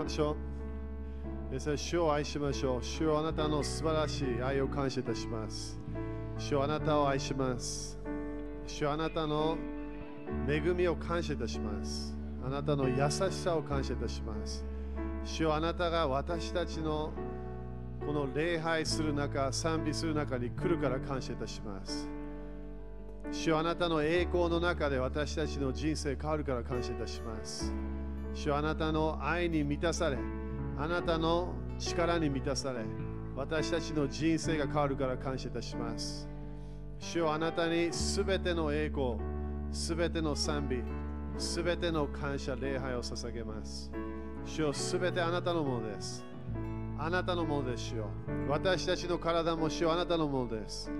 ましょう。皆さん、主を愛しましょう。主はあなたの素晴らしい愛を感謝いたします。主はあなたを愛します。主はあなたの恵みを感謝いたします。あなたの優しさを感謝いたします。主はあなたが私たちのこの礼拝する中、賛美する中に来るから感謝いたします。主はあなたの栄光の中で私たちの人生変わるから感謝いたします。主はあなたの愛に満たされ、あなたの力に満たされ、私たちの人生が変わるから感謝いたします。主はあなたにすべての栄光、すべての賛美、すべての感謝、礼拝を捧げます。主よすべてあなたのものです。あなたのものです、主よ。私たちの体も主よあなたのものです。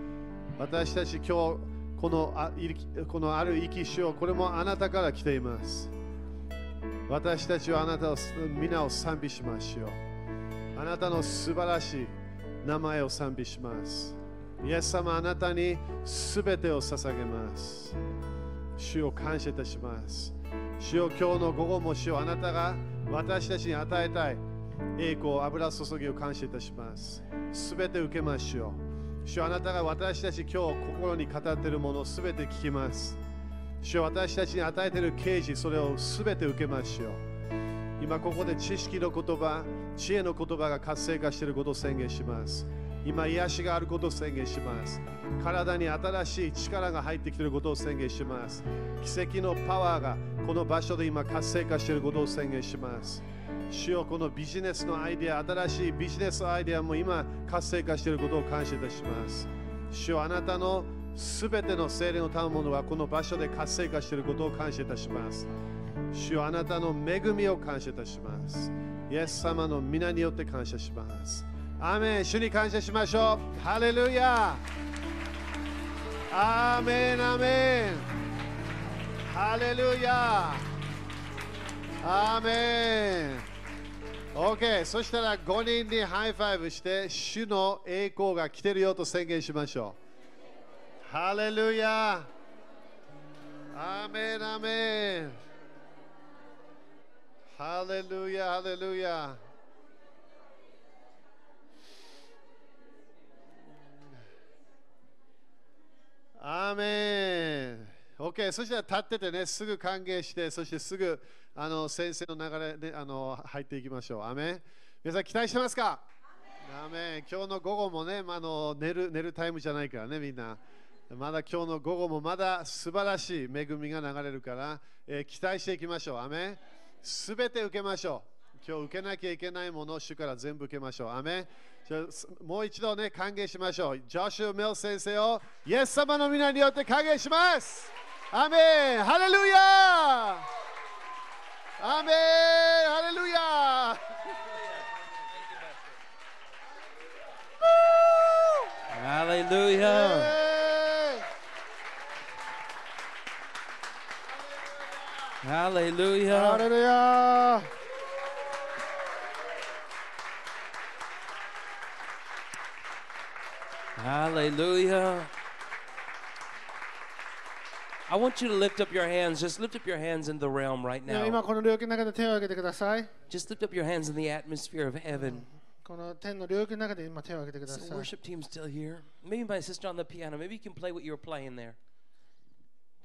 私たち今日このあいこのある息主よこれもあなたから来ています。私たちはあなたを皆を賛美しましょう。あなたの素晴らしい名前を賛美します。イエス様あなたにすべてを捧げます。主を感謝いたします。主を今日の午後も主をあなたが私たちに与えたい栄光、油注ぎを感謝いたします。すべて受けましょう。主よあなたが私たち今日心に語っているものすべて聞きます。主よ私たちに与えている啓示、それをすべて受けましょう。今ここで知識の言葉、知恵の言葉が活性化していることを宣言します。今癒しがあることを宣言します。体に新しい力が入ってきていることを宣言します。奇跡のパワーがこの場所で今活性化していることを宣言します。主よこのビジネスのアイデア、新しいビジネスアイデアも今活性化していることを感謝いたします。主よあなたのすべての精霊の賜物はこの場所で活性化していることを感謝いたします。主よあなたの恵みを感謝いたします。イエス様の皆によって感謝します。アーメン主に感謝しましょう。ハレルヤアーメンアーメンハレルヤアーメン OK そしたら5人にハイファイブして主の栄光が来てるよと宣言しましょう。ハレルヤアーメンアーメンハレルヤ、ハレルヤ。アーメン。OK、そしたら立っててね、すぐ歓迎して、そしてすぐあの先生の流れであの入っていきましょう。アーメン。皆さん、期待してますかアーメン今日の午後もね、まあ、あの寝る寝るタイムじゃないからね、みんな。まだ今日の午後もまだ素晴らしい恵みが流れるから、えー期待していきましょう。アーメンすべて受けましょう。今日受けなきゃいけないものを主から全部受けましょう。アーメンじゃあすもう一度ね、歓迎しましょう。ジョシュ・メル先生を、イエス様の皆によって歓迎します。アーメンハレルヤアーメンハレルヤー Hallelujah. Hallelujah. ハレルヤ Hallelujah. I want you to lift up your hands. Just lift up your hands in the realm right では今 now. この領域の中で手を挙げてください Just lift up your hands in the atmosphere of heaven. この天の領域の中で今手を挙げてくだ Is さ the い worship team still here? Maybe my sister on the piano. Maybe you can play what you were playing there.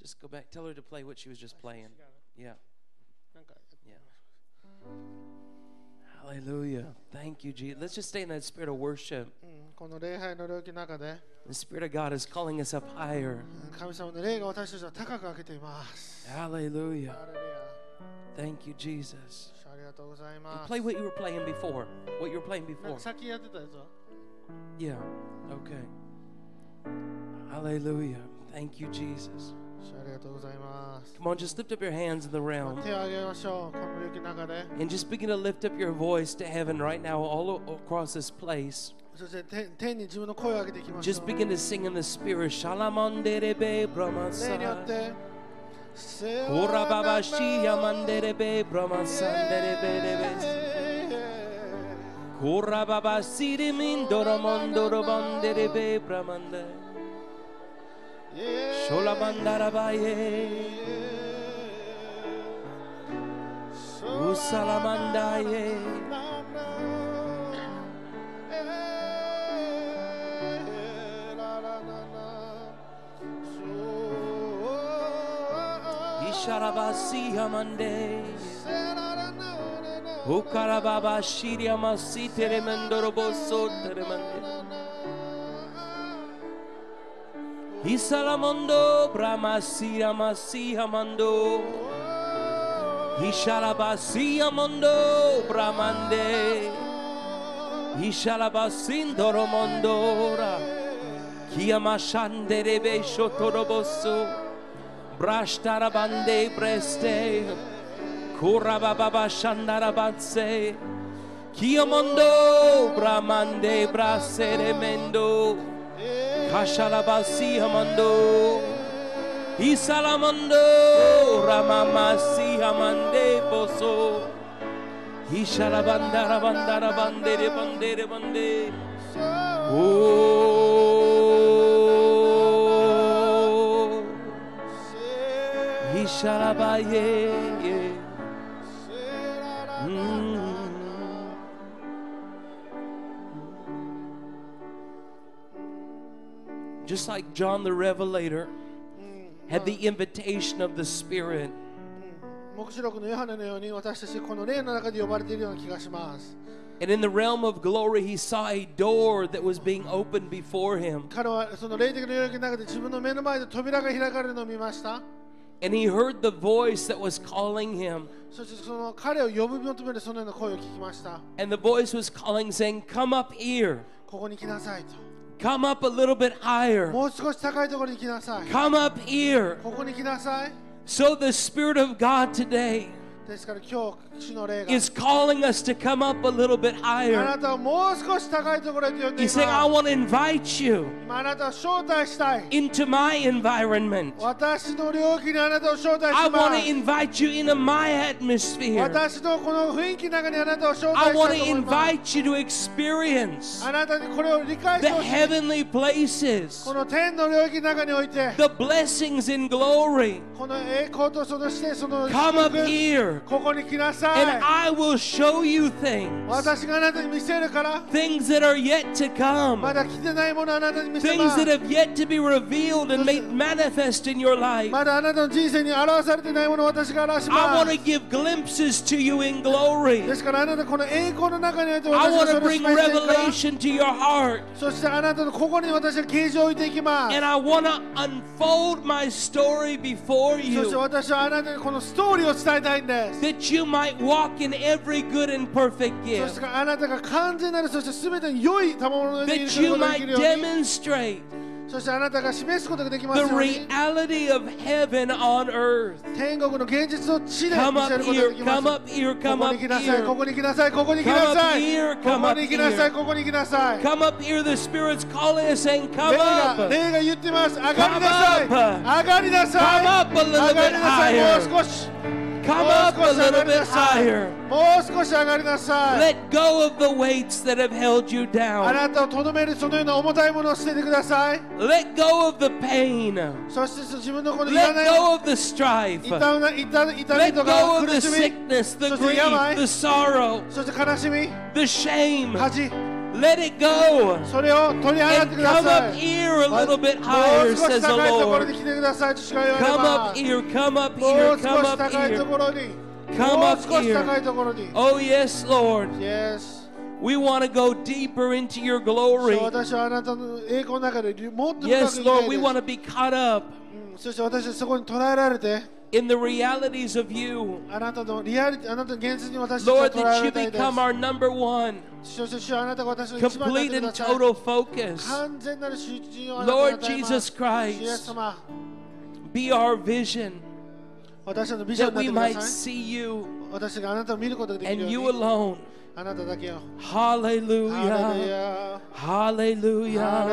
Just go back. Tell her to play what she was just playing. Yeah. なんか Hallelujah. Thank you, Jesus. Let's just stay in that spirit of worship. うんこの礼拝の領域の中で The Spirit of God is calling us up higher. うん神様の霊が私たちを高く上げています。 Hallelujah. ハレルヤ Thank you, Jesus. 主ありがとうござい And ます。 play what you were playing before. What you were playing なん before. かさっきやってたやつは Yeah. Okay. Hallelujah. Thank you, Jesus. 主ありがとうございます。 Come on, just lift up your hands in the 手を realm. 挙げましょう。この領域の中で。 And just begin to lift up your voice to heaven right now, all o- across this place. そして天天に自分の声を上げていきましょ Just う。 begin to sing in the Spirit. Shalamanderebe 霊によっ Brahmasai. て。せ Korababashi Yamanderebe Brahmasanderebe. Kurababa sirimin doramondoro banderebe bramande. Shola bandarabaye. 「 Usalamandaye. Isharabasiya mande. Ukarababa shiria masi teremendoroboso teremende. Isalamondo bramasiya masiya mando. Ishalabasiya mondo bramande. Ishalabasindoro mondora. Kiamashanderebe shotoroboso. Brashtarabande breste. Kurababa shandarabatse. Kiamondo bramande braseremendo. Kashalabasiya mando. Isalamando Ramamasi Amande Poso Ishalabandara Bandara Bandere Bandere Bande Oh Ishalabaye Mm-hmm. Mm. Just like John the Revelator had the invitation of the Spirit. 黙示録のヨハネのように私たちこの霊の中で呼ばれているような気がします And in the realm of glory, he saw a door that was being opened before him. 彼はその霊的な領域の中で自分の目の前で扉が開かれるのを見ました And he heard the voice that was calling him. そしてその彼を呼び求めるそのような声を聞きました And the voice was calling, saying, Come up here. ここに来なさいと Come up a little bit higher. もう少し高いところに来なさい Come up here. ここに来なさい So the Spirit of God today ですから今日主の霊が is calling us to come up a little bit あな higher. たをもう少し高いところへと呼んでい He's ます saying, I 今 want to invite you あなたを招待したい into my environment. 私の領域にあなたを招待 I し want to ま invite you into my atmosphere. す私のこの雰囲気の中にあなたを招待 I した want いと to 思います invite you to experience あなたにこれを理解して the ほしい heavenly places, この天の領域の中において the blessings in glory. この栄光とそのしてその Come up 祝福 here, ここに来な and さい I will show you things 私があなたに見せるから things that are yet to ま come, だ来てないものをあなたに見せま things す that have yet to be revealed and made manifest in your life. まだあなたの人生に表されてないものを私が表し I ま want す to give glimpses to you in glory. ですからあなたこの栄光の中にあって I 私 want が to それを bring 示していくか revelation ら to your heart, そしてあなたの心に私は啓示を置いていきます and I want to unfold my story before そして you. 私はあなたにこのストーリーを伝えたいんです that you might walk in every good and perfect そ gift, してあなたが完全なるそして全ての良い賜物にいる that こ you とがで might きるよう demonstrate にそしてあなたが示すことができます the ように reality of heaven on earth. 天国の現実を地で Come 見 up せることが here, できま come す up here, こ come こ up に来なさいこ here. こに来なさいここに来なさ Come い up here, こ come こ up に来なさ here. いここに来なさい Come up here, the Spirit's calling us saying, Come 霊が up, 霊が言ってます上がりなさい Come up. 上がりなさい Come up a little 上がりなさ bit higher. いもう少し come up もう a 少し上 little がり bit なさい higher. もう少し上がりなさい Let go of the weights that have held you あ down. なたをとどめるそのような重たいものを捨ててください Let go of the pain. そして自分のこのいら Let ない go of the strife. 痛み痛み痛み Let とか go of 苦 the しみ sickness, the Just grief, yamai. the sorrow, そして悲しみ the shame. 恥 Let it go それを取り払っ and てくだ come さ up い here a もう little bit も higher, う少し says the 高いところ Lord. に来てください父が言われ Come ま up す here, come up も here, う come 少し up 高いと here. ころに Come も up う少し here. 高いところに Oh, yes, Lord. Yes We want to go deeper into your 主よ glory. 私はあなたの栄光の中でもっと深く Yes, 生きた Lord, い we で want to be caught up すうんそして私はそこに捉えられて in the realities of you. あなたのリアリティあなたの現実に私たちは Lord, 捉えら that you れたいです become our number one, そして主よあなたが私の一番に complete なって and ください total focus. 完全なる集中をあなたに与えます Lord Jesus Christ 主イエス様 Be our vision 私たちのビジョ that ンに we なってく might ださい see you 私があなたを見ることができ and るよ you うに alone. あなただけよハレル Hallelujah. ヤ Hallelujah. ハレ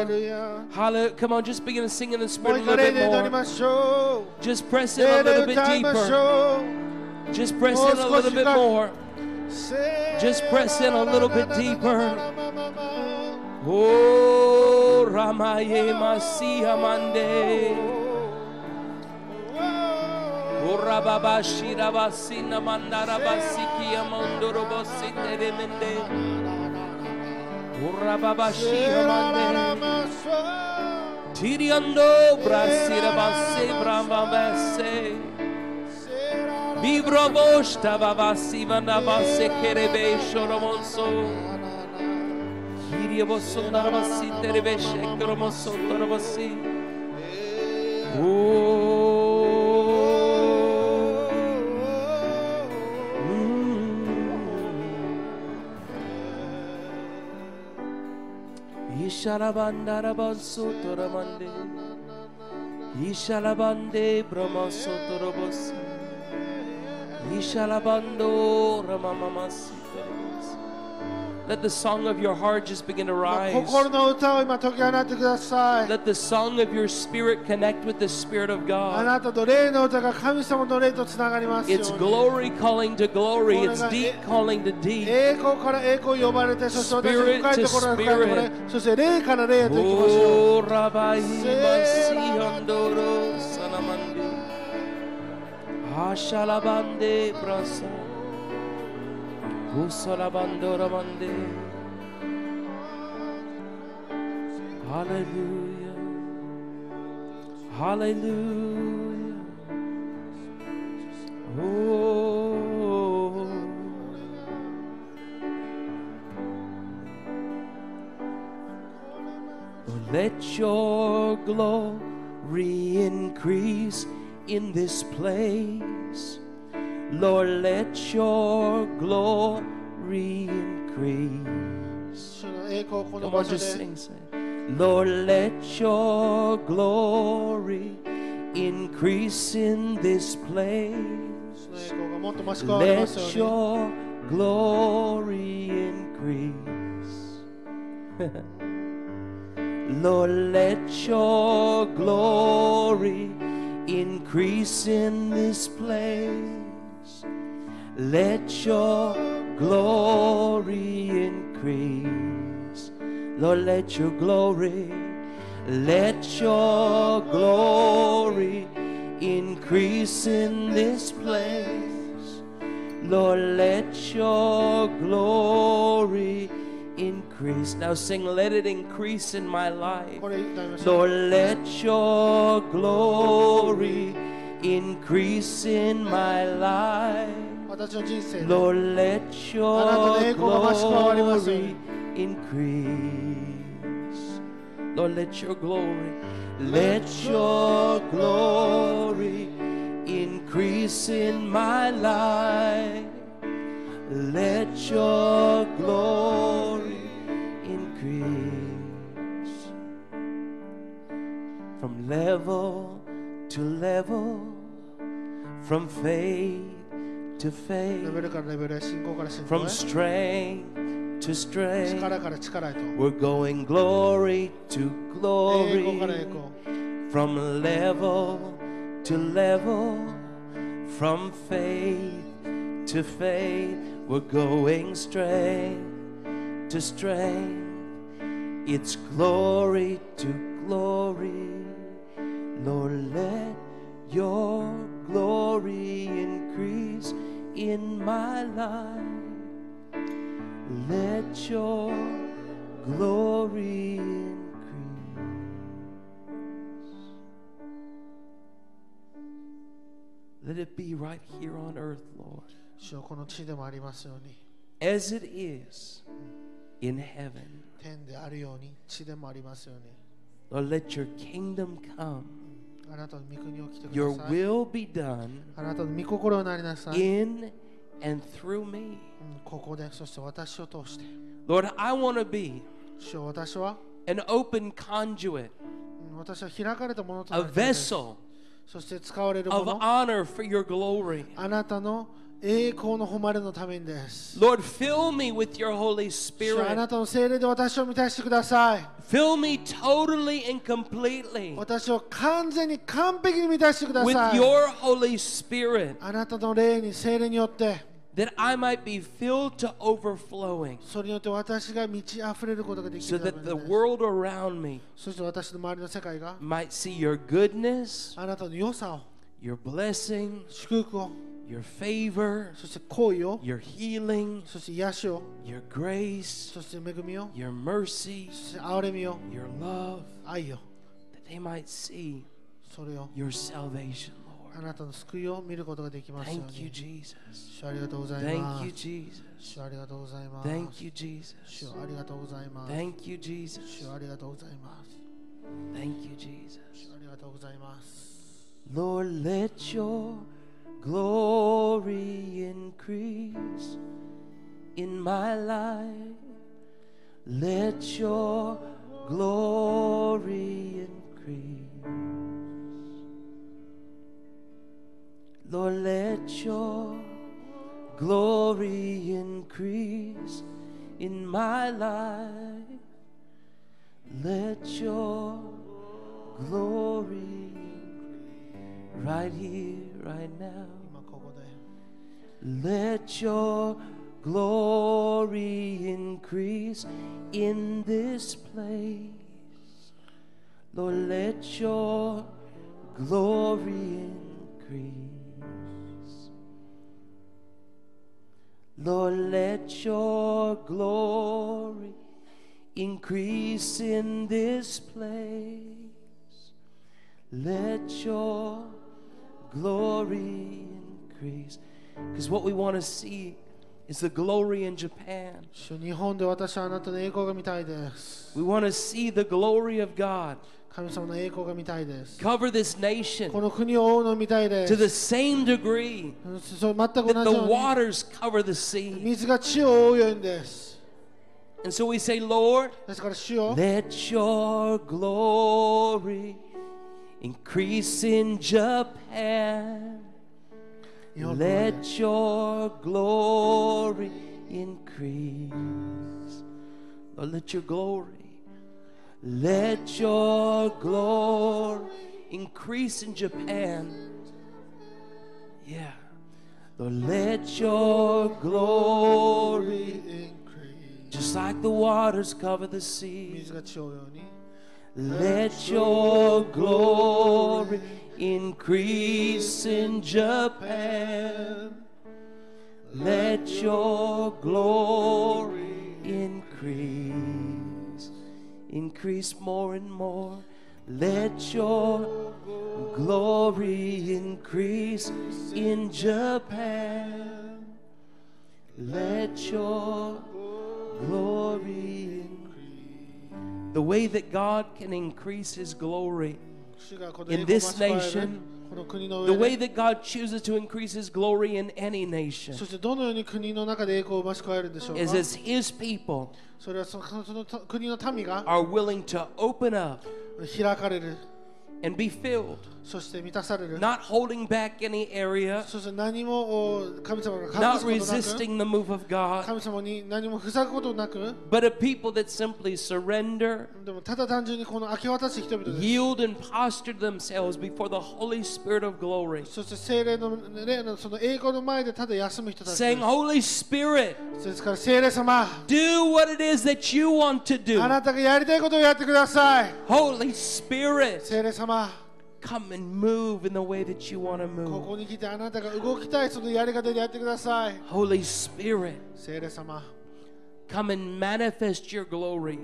ルヤ Hallelujah. Come on, just begin to sing in the spirit もう a little 一回礼で祈 bit り more. ましょ Just press う in a 礼で little 歌 bit いまし deeper. ょう Just press in a little bit more. Just press in a little bit deeper. Oh, Ramaye Masiamande. Oh, Tiriando brasira basi brava bese. Vibro bosta vavasi vanda base kerebe shoromonso. Kirie bosondara basi terebe shekromosontara basi. Oh. Isharabandara bansotora mande. Isharabande brahmasotora basi. Isharabando ramamamasi. Let the song of your heart just begin to 心 rise. の歌を今解き放ってください Let the song of your spirit connect with the spirit of あ God. なたと霊の歌が神様の霊とつながりますよ It's うに glory calling to glory. It's deep calling to deep. 栄光から栄光呼ばれてそして私 Spirit の深いところから深いところへ to そして霊から霊へと行きましょ Oh, う Rabbi, Masi, Andoro, Sanamande. Ashalabande, Brasa. Usalabandora, Mande. Hallelujah. Hallelujah. Oh. Oh, let your glory increase in this place. Lord, let your glory increase. 主の栄光をこの Come 場 on, 所 just で sing, say. Lord, let your glory increase in this place. 主の栄光がもっと増し加わりますよ Let うに your glory increase. Lord, let your glory increase in this place. Let your glory increase. Lord, let your glory, let your glory increase in this place. Lord, let your glory increase. Now sing, let it increase in my life. これ歌いましょう Lord, let your glory increase in my life. 私の人生で Lord, let your あなたの栄光が増し加わりますように。 glory increase. Lord, let your glory, let your glory increase in my life. Let your glory increase from level to level, from faith to レ faith. ベルからレベルへ信仰から信仰 From へ strength to strength, 力から力へと we're going glory to 栄光から栄 glory. 光 From level to level, from faith to faith, we're going strength to strength. It's glory to glory. Lord, let your glory increase in my life. Let your glory increase. Let it be right here on earth, Lord, 主よこの地でもありますように as it is in heaven. 天であるように地でもありますように Lord, let your kingdom come, あなたの御国を来てく your ださい will be done あなたの御心になりなさい、うん in and through me. ここでそして私を通して Lord, I want to be 主よ私は、 an open conduit, うん私は開かれたものとな a りたいです vessel そして使われるも of の honor for your glory. あなたの栄光の誉れのためにです。 Lord, fill me with your Holy 主よあな Spirit. たの精霊で私を満たしてください。 Fill me totally and completely 私を完全に完璧に満たしてくだ with さい。 your Holy Spirit あなたの霊に精霊によって、 that I might be filled to overflowing それによって私が満ち溢れることができ so るために that で the す。 world around me そして私の周りの世界が might see your goodness, あなたの良さを、 your blessing, 祝福を your favor, そして好意を your healing, そして癒しを your grace, そして恵みを your mercy, そして憐れみを your love, 愛を that they might see それを your salvation, あ Lord. なたの救いを見ることができますよう Thank you, に Jesus. 主ありがとうござい Thank ま you, す Jesus. 主ありがとうございます Thank you, Jesus. 主ありがとうございます Thank you, Jesus. 主ありがとうございます Thank you, Jesus. 主ありがとうございます Lord, let your glory increase in my life. Let your glory increase. Lord, let your glory increase in my life. Let your glory increase right here, right now. 今ここで Let your glory increase in this place. Lord, let your glory increase. Lord, let your glory increase in this place. Let your glory increase. Because what we want to see is the glory in Japan. 主日本で私はあなたの栄光が見たいです We want to see the glory of God 神様の栄光が見たいです cover this こ nation の国を覆うのを見たいで to す the same degree うんそう全く that 同じ the よう waters cover the に sea. 水が地を覆うようにです And so we say, Lord, ですから主よ let your glory increase in Japan. 日本の前で Let your glory increase. Lord, let your glory, let your glory increase in Japan. Yeah. Lord, let your glory, just like the waters cover the 水 sea, が地を覆うように let your glory increase in Japan. Let your glory increase, increase more and more. Let your glory increase in Japan. Let your glory increase. The way that God can increase His glory, 主がこの In 栄光 this を増しておられる nation, この国の the 上 way で that God chooses to increase His glory in any nation, そしてどのように国の中で栄光を増し加えるんでしょうか is as His people それはそのそのその国の民が are willing to open up 開かれる and be filled, そして満たされる not holding back any area, そして何もお神様が隠 not すことなく resisting the move of God, 神様に何も塞ぐことなく but a people that simply surrender, でもただ単純にこの明け渡す人々です yield, and posture themselves before the Holy Spirit of glory, そして聖霊の霊のその栄光の前でただ休む人たちで saying, Holy Spirit, す。ですから聖霊様、 do what it is that you want to あ do. なたがやりたいことをやってください。 Holy Spirit, 聖霊様、 come and move in the way that you want to こ move. こに来てあなたが動きたいそのやり方でやってください。 Holy Spirit, 聖霊様、 come and manifest your glory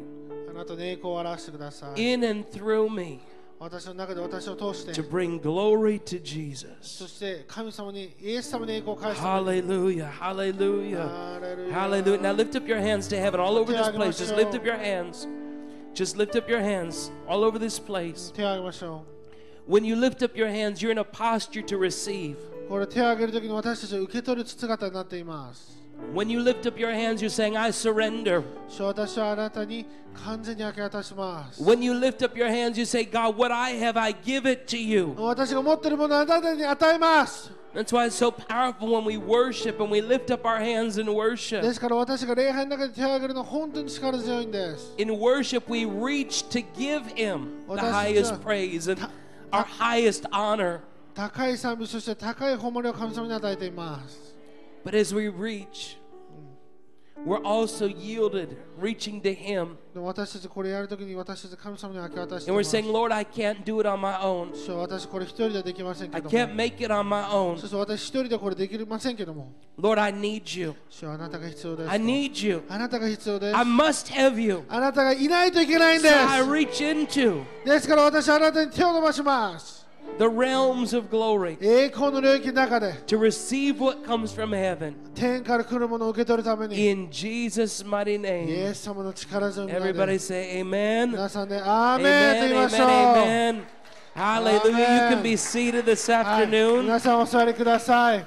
あなたの栄光を表してください。 in and through me. 私の中で私を通して to、bring glory to そ Jesus. して神様に、イエス様の栄光を返してください Hallelujah, hallelujah, ハレルヤ hallelujah. Now lift up your hands to heaven all over this place. Just lift up your hands. Just lift up your hands all over this place. 手を挙げましょ When you lift up your hands, you're in a posture to receive. う。これ手を挙げるときに私たちを受け取る姿になっています。 When you lift up your hands, you're saying, I surrender. 主私はあなたに完全に明け渡します。 When you lift up your hands, you say, God, what I have, I give it to you. 私が持っているものをあなたに与えます。 That's why it's so powerful when we worship and we lift up our hands in で worship. すから私が礼拝の中で手を挙げるのは本当に力強いんです。 In worship, we reach to give Him the 私たちは highest praise and our highest honor. 高い賛美、そして高い誉れを神様に与えています。 But as we reach, We're also yielded, reaching to Him. でも私たちこれやるときに私たち神様に明け渡して And ま we're す saying, Lord, I can't do it on my own. 主よ私これ一人ではできませんけ I ど can't も make it on my own. そして私一人ではこれできませんけども Lord, I need you. 主よあなたが必要です I need you. あなたが必要です I must have you. あなたがいないといけないん So で I す reach into ですから私はあなたに手を伸ばします the realms of glory 栄光の領域の中で to receive what comes from heaven. 天から来るものを受け取るためにイ In Jesus' mighty エ name. ス様の力強みな Everybody で say amen. 皆さんでアーメンと Amen. 言いま Amen. しょ Amen. Hallelujah. You can be seated this う、はい、 afternoon. 皆さんお座りください、はい、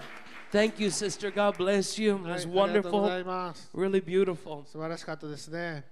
Thank you, sister. God bless you. It あ was りがとうござ wonderful. います。 Really beautiful. 素晴らしかったですね、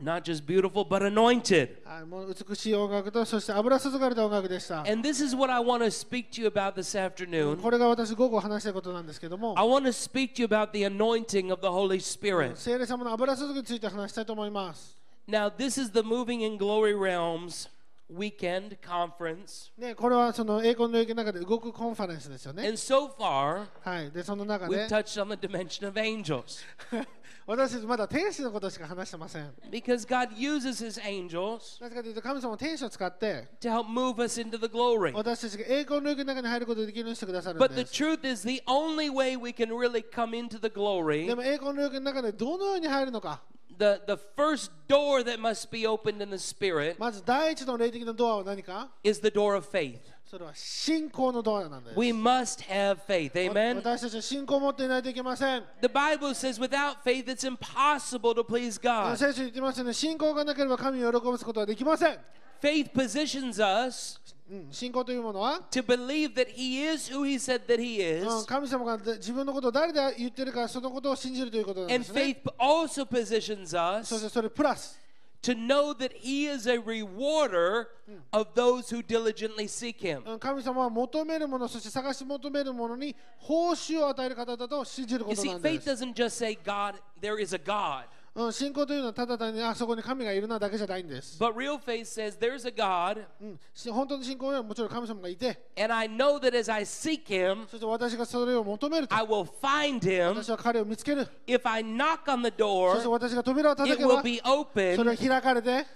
Not just beautiful, but anointed. はい、もう美しい音楽とそして油注がれた音楽でした、 And this is what I want to speak to you about this afternoon. これが私午後話したいことなんですけども I want to speak to you about the anointing of the Holy Spirit. 聖霊様の油注ぎについて話したいと思います、 Now, this is the Moving in Glory Realms weekend conference. ね、これはその栄光の領域の中で動くコンファレンスですよね And so far, はいでその中 we've で touched on the dimension of angels 私たちまだ天使のことしか話してません because God uses his angels なぜかというと神様は天使を使って to help move us into the glory. 私たちが栄光の領域の中に入ることができるようにしてくださる But ん the です truth is, the only way we can really come into the glory, でも栄光の領域の中でどのように入るのか the, the first door that must be opened in the Spirit まず第一の霊的なドアは何か is the door of faith. それは信仰のドアなんです We must have faith. わ Amen. 私たちは信仰を持っていないといけません The Bible says without faith it's impossible to please あの God. 聖書に言ってますよね信仰がなければ神を喜ばすことはできません、 Faith positions us うん、信仰というものは、 to believe that He is who He said that He うん、 is. 神様が自分のことを誰で言ってるかそのことを信じるということなんで And すね faith also positions そし us てそれプラス to know that He is a rewarder of those who diligently seek Him. うん神様は求めるものそして探し求めるものに報酬を与える方だと信じるこ You と see, なんで faith す、 doesn't just say, God, there is a God. うん、信仰というのはただ単にあそこに神がいるなだけじゃないんです、 But real faith says, there's a God, うん、し本当の信仰にはもちろん神様がいて and I know that as I seek Him, そして私がそれを求めると I will find Him. 私は彼を見つける If I knock on the そして door, 私が扉を叩 it け will ば be そ open. れは開かれて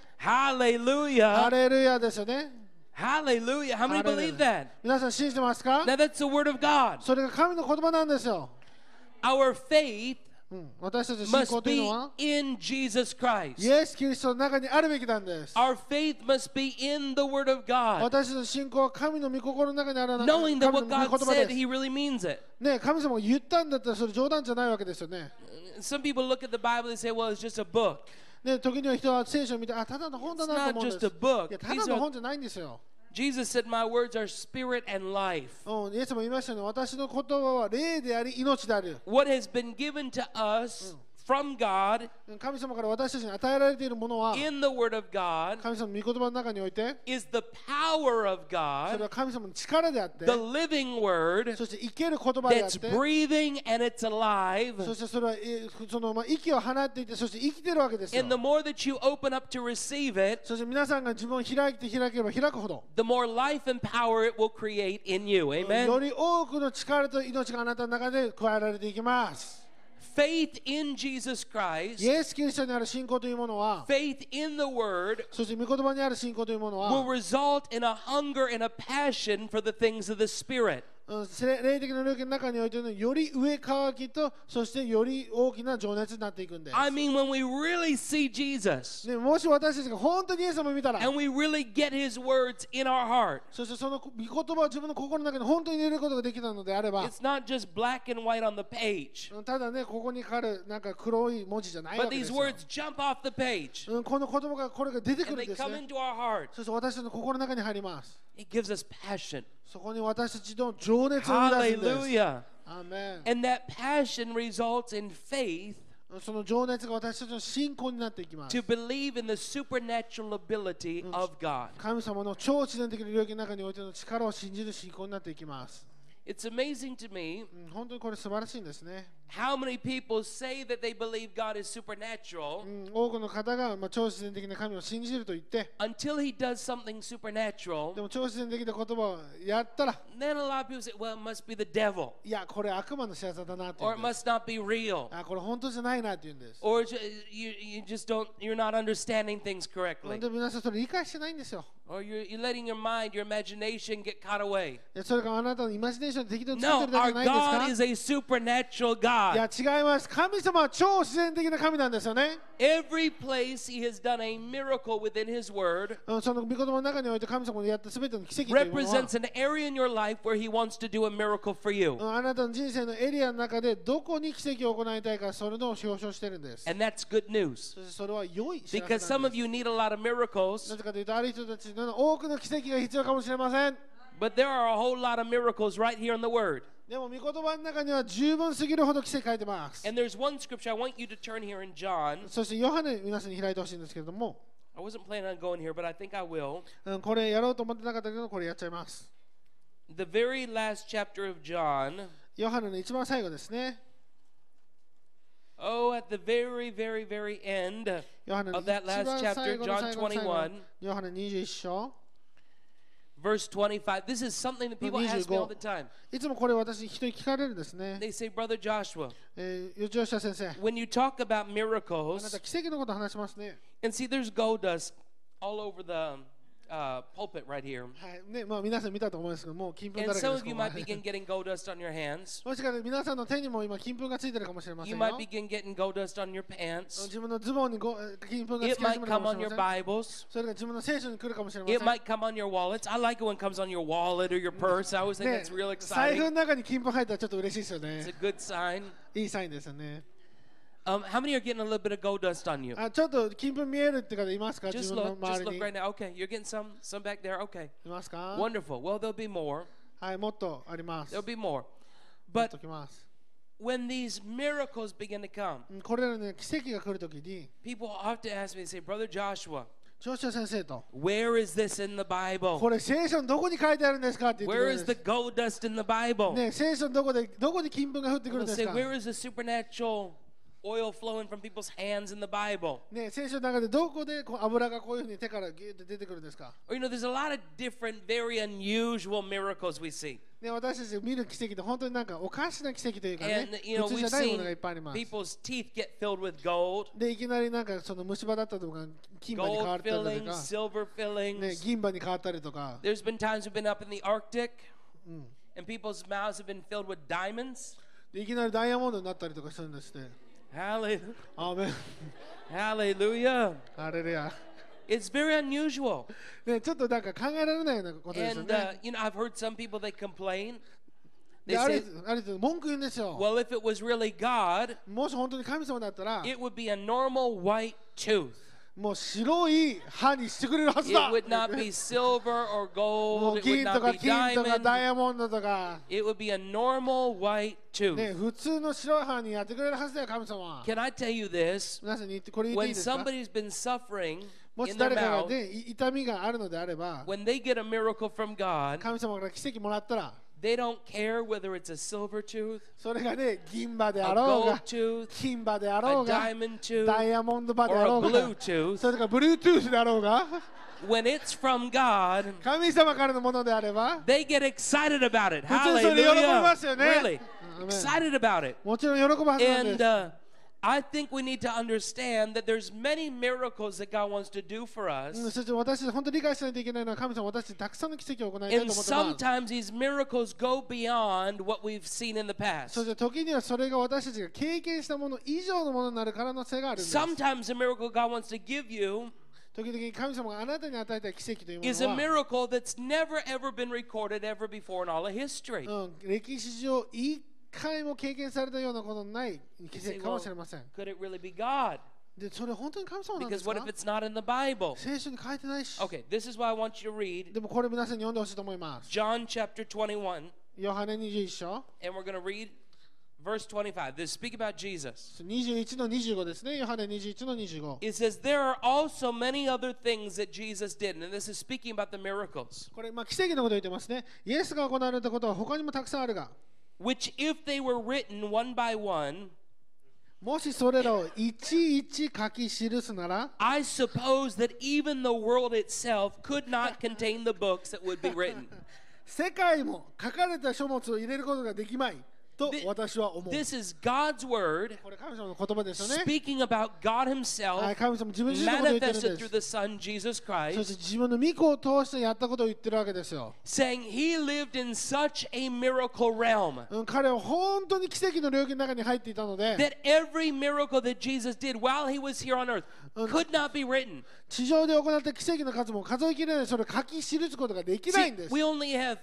Hallelujah. ハレルヤですよね Hallelujah. How many ハレルヤ believe that? 皆さん信じてますか Now that's the word of God. それが神の言葉なんですよ、 Our faith うん、私たちの信仰 must というの be は in Jesus イ Christ. エス・キリストの中にあるべきなんです Our faith must be in the word of God. 私たちの信仰は神の御心の中にあるな Knowing 神 that の御 what God 言葉 said, です He really means it. ね、神様が言ったんだったらそれ冗談じゃないわけですよね。 Some people look at the Bible and say, well, it's just a book. ね、時には人は聖書を見て、あ、ただの本だなと思うんです。 It's not just a book. いや、ただの本じゃないんですよ。 Jesus said, My words are spirit and life. うん、イエスも言いましたね。私の言葉は霊であり、命である。 What has been given to us from God 神様から私たちに与えられているものは、 in the word of God 神様の御言葉の中において、 is the power of それ God, は神様の力であって、 the living word そして生ける言葉であっ that's て、 breathing and it's そ alive. してそれは、えそのまあ、息を放っていて、そして生きてるわけですよ And。the more that you open up to receive it, そして皆さんが自分を開いて開ければ開くほど、 the more life and power it will create in you. よ Amen. り多くの力と命があなたの中で加えられていきます。 Faith in Jesus イ Christ, エス・キリストにある信仰というものは、 faith in the word そして御言葉にある信仰というもの will は、 result in a hunger and a passion for the things of the spirit. うんせ霊的な領域の中においてのより上乾きと、そしてより大きな情熱になっていくんです。 I mean, when we really see Jesus ね、もし私たちが本当にイエス様を見たら、 and we really get his words in our heart, そしてその御言葉を自分の心の中に本当に入れることができたのであれば、 it's not just black and white on the page, うんただね、ここにかかるなんか黒い文字じゃないわ but けで these すよ。 words jump off the page うんこの言葉がこれが出てく and る they んです、 come ね。 into our heart. そして私たちの心の中に入ります。 It gives us passion. そこに私たちの情熱を生み出すんです。 Hallelujah. アーメン And that passion results in faith その情熱が私たちの信仰になっていきます to。believe in the supernatural ability of God. 神様の超自然的な領域の中においての力を信じる信仰になっていきます。 It's amazing to me うん本当にこれ素晴らしいんですね。 How many people say that they believe God is supernatural うん多くの方が、まあ、超自然的な神を信じると言って until He does something supernatural? でも超自然的な言葉をやったら Then a lot of people say, well, it must be the devil, いやこれ悪魔の仕業だなって言 or it うんです must not be real, あこれ本当じゃないなって言うんです or ju- you, you just don't, you're not understanding things 本 correctly, 当に皆さんそれ理解してないんですよ or you're, you're letting your mind, your imagination get caught away. でそれからあなたのイマジネーションで適当に作 No, ってる our だけじゃない God んです is a supernatural かい God. や違います神様は超自然的な神なんですよね Every place He has done a miracle within His Word うんその御言葉の中において神様のやった全ての奇跡というものは represents an area in your life where He wants to do a miracle for う you. んあなたの人生のエリアの中でどこに奇跡を行いたいかそれのを表彰してるんです And that's good news. そしてそれは良い知らせなんで Because す some of you need a lot of な miracles, ぜかというとある人たちの多くの奇跡が必要かもしれません but there are a whole lot of miracles right here in the Word. でも御言葉の中には十分すぎるほど奇跡書いてます And there's one scripture I want you to turn here in John. そしてヨハネ皆さんに開いてほしいんですけれども、 I wasn't planning on going here, but I think I will. うん、これやろうと思ってなかったけどこれやっちゃいます The very last chapter of John. ヨハネの一番最後ですね Oh, at the very, very, very end ヨハネの of 一番 that last 最 chapter, 後の John 最後の最後 21, ヨハネ21章 verse 25. This is something that people ask me all the time. いつもこれ私人に聞かれるんですね、 They say, Brother Joshua, えー、吉田先生 when you talk about あな miracles, た奇跡のこと話しますね And see, there's gold dust all over the uh, pulpit right here. はいねまあ皆さん見たと思うんですけどもう金粉だ And らけで some す of こ you こは might begin getting gold dust on your hands. もしかして皆さんの手にも今金粉がついてるかもしれませ You んよ might begin getting gold dust on your pants. 自分のズボンにご金粉がつ It き始 might めるか come もし on れ your ません Bibles. それが自分の聖書に来るかもしれません It might come on your wallets. I like it when it comes on your wallet or your purse. I always think ね that's real 財布 exciting. の中に金粉入ったらちょっと嬉しいですよ It's a ね good sign. いいサインですよね Um, how many are getting a little bit of gold dust on you? あちょっと金粉見えるって方いますか自 Just look, 分の just 周りに look right now. Okay, you're getting some, some back there. Okay, いますか wonderful. Well, there'll be more. はいもっとありますも There'll っ be more. と But きます when these miracles begin to come, うんこれらのね奇跡が来るときに People often ask me, they say, Brother Joshua, 長州先生と where is this in the こ Bible? れ聖書のどこに書いてあるんですかって言ってく Where るん is で the す gold dust in the Bible? ね聖書のどこでどこで金粉が降ってくるん They'll で say, すか Where is the supernatural oil flowing from people's hands in the Bible? ね聖書の中でどこでこう油がこういうふうに手からギューって出てくるんですか Or, you know, there's a lot of different, very unusual miracles we see. ね、私たち見る奇跡って本当になんかおかしな奇跡というかね And, you know, 普通じ we've ゃないものがいっ seen ぱいあります。 people's teeth get filled with gold, でいきなりなんかその虫歯だったとか金歯に変わっ gold たりとか fillings,、silver ね、 fillings. 銀歯に変わったりとか、 There's been times we've been up in the Arctic and people's mouths have been filled with diamonds. でいきなりダイヤモンドになったりとかするんですって。 Hallelujah. アーメン Hallelujah. ハレルヤ、 It's very unusual. ね。ちょっとなんか考えられないようなことですよ And, uh, ね。 you know, I've heard some people, they complain. で They ある say, ある人文句言うんですよ。 well, if it was really God, もし本当に神様だったら、 it would be a normal white tooth. もう白い歯にしてくれるはず It だ would not be silver or も gold. う It would 銀とか not be 金とかダイ diamond. ヤモンドとか、 It would be a normal white ね、 tooth. 普通の白い歯にやってくれるはずだよ、神様は。 Can I tell you this? 皆さんに言ってこれ言ってい When いですか somebody's been suffering も in し their 誰かが mouth, ねい痛みがあるのであれば when they get a miracle from God, 神様から奇跡もらったら they don't care whether it's a silver tooth, それがね銀歯であ a ろう gold が tooth, 金歯であろ a うが diamond tooth, ダイヤモンド歯で or あろ a う blue が tooth. それからブルートゥースであろうが when it's from God, 神様からのものであれば they get excited about it. 普通それで喜びますよね。 Hallelujah. Really. アーメン。 Excited about it. もちろん喜ぶはずなんで And す uh, I think we need to understand that there's many miracles that God wants to do for うん us. そして私本当に理解しないといけないのは神様私たちにたくさんの奇跡を行いたいと思って And ます sometimes these miracles go beyond what we've seen in the そ past. して時にはそれが私たちが経験したもの以上のものになる可能性があるんです Sometimes the miracle God wants to give you 時々神様があなたに与えた奇跡というも is a のは miracle that's never ever been recorded ever before in all of history. うん、歴史上一回も経験されたようなことのない奇跡かもしれません。 Could it really be God? で、それ本当に神様なんで Because すか what if it's not in the Bible? 聖書に書いてないし。 Okay, this is why I want you to read でもこれ皆さんに読んでほしいと思います。 John chapter 21, ヨハネ21章 and we're going to read verse 25. This speak about Jesus. 21の25ですね。ヨハネ21の25。 It says, There are also many other things that Jesus did. And this is speaking about the miracles. これ、まあ、奇跡のことを言ってますね。イエスが行われたことは他にもたくさんあるが、 which, if they were written one by one, もしそれらをいちいち書き記すなら I suppose that even the world itself could not contain the books that would be written. 世界も書かれた書物を入れることができまいとで私は思う This is God's word これ神様の言葉ですよね speaking about God はい Himself 神様自分自身のことを言ってる manifested ん through です the Son Jesus そ Christ, して自分の御子を通してやったことを言ってるわけですよ saying He lived in such a miracle realm うん彼は本当に奇跡の領域の中に入っていたので that every miracle that Jesus did while He was here on earth could not be written. 地上で行った奇跡の数も数えきれないそれを書き記すことができない See, んです we only have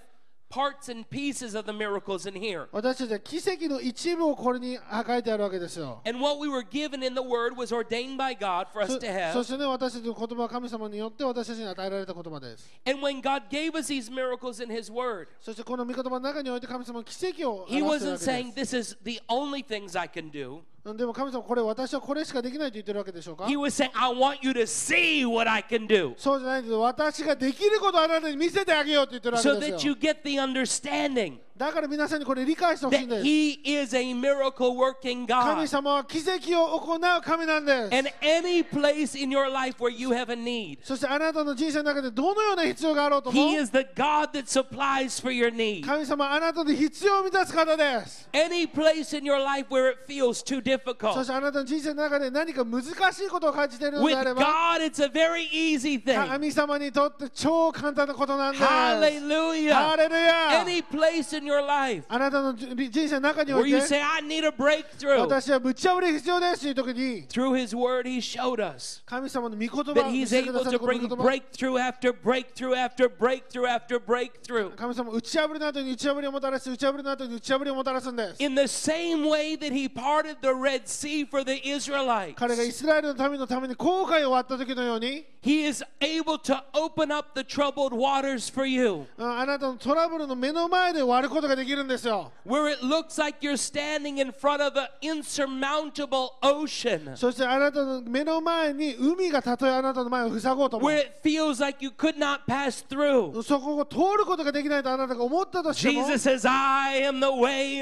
parts and pieces of the miracles in here. 私たちは奇跡の一部をこれに書いてあるわけですよ And what we were given in the Word was ordained by God for そ us to そ have. してね私たちの言葉は神様によって私たちに与えられた言葉です And when God gave us these miracles in His Word, そしてこの御言葉の中において神様は奇跡を表し He ているわけで wasn't す saying, This is the only things I can do. うんでも神様これ私はこれしかできないと言ってるわけでしょうか He was saying, I want you to see what I can do そうじゃないんです私ができることをあなたに見せてあげようって言ってるわけ so で that すよ you get the understanding だから皆さんにこれ理解してほしいん that です He is a miracle working 神 God. 様は奇跡を行う神なんです And any place in your life where you have a need, そしてあなたの人生の中でどのような必要があろうとも He is the God that supplies for your need. 神様はあなたの必要を満たす方です Any place in your life where it feels too そし difficult. てあなたの人生の中で何か難しいことを感じているの With であれば God, it's a very easy thing. 神様にとって超簡単なことなんですハ Hallelujah. レルヤ Any place in your life あなたの人生の中にお where い you て say, I need a breakthrough, 私はぶち破り必要ですという時に through His Word, He showed us 神様の御言葉を that 見 He's せてく able ださる to この bring 言葉 breakthrough after breakthrough after breakthrough after breakthrough. 神様打ち破りの後に打ち破りをもたらす打ち破りの後に打ち破りをもたらすんです In the same way that He parted the Red Sea for the Israelites, 彼がイスラエルの民のために後悔を終わった時のように He is able to open up the troubled waters for you. うんあなたのトラブルの目の前で終わることができるんですよ where it looks like you're standing in front of an insurmountable ocean, そしてあなたの目の前に海がたとえあなたの前を塞ごうとも where it feels like you could not pass through. そこを通ることができないとあなたが思ったとしても Jesus says, I am the way.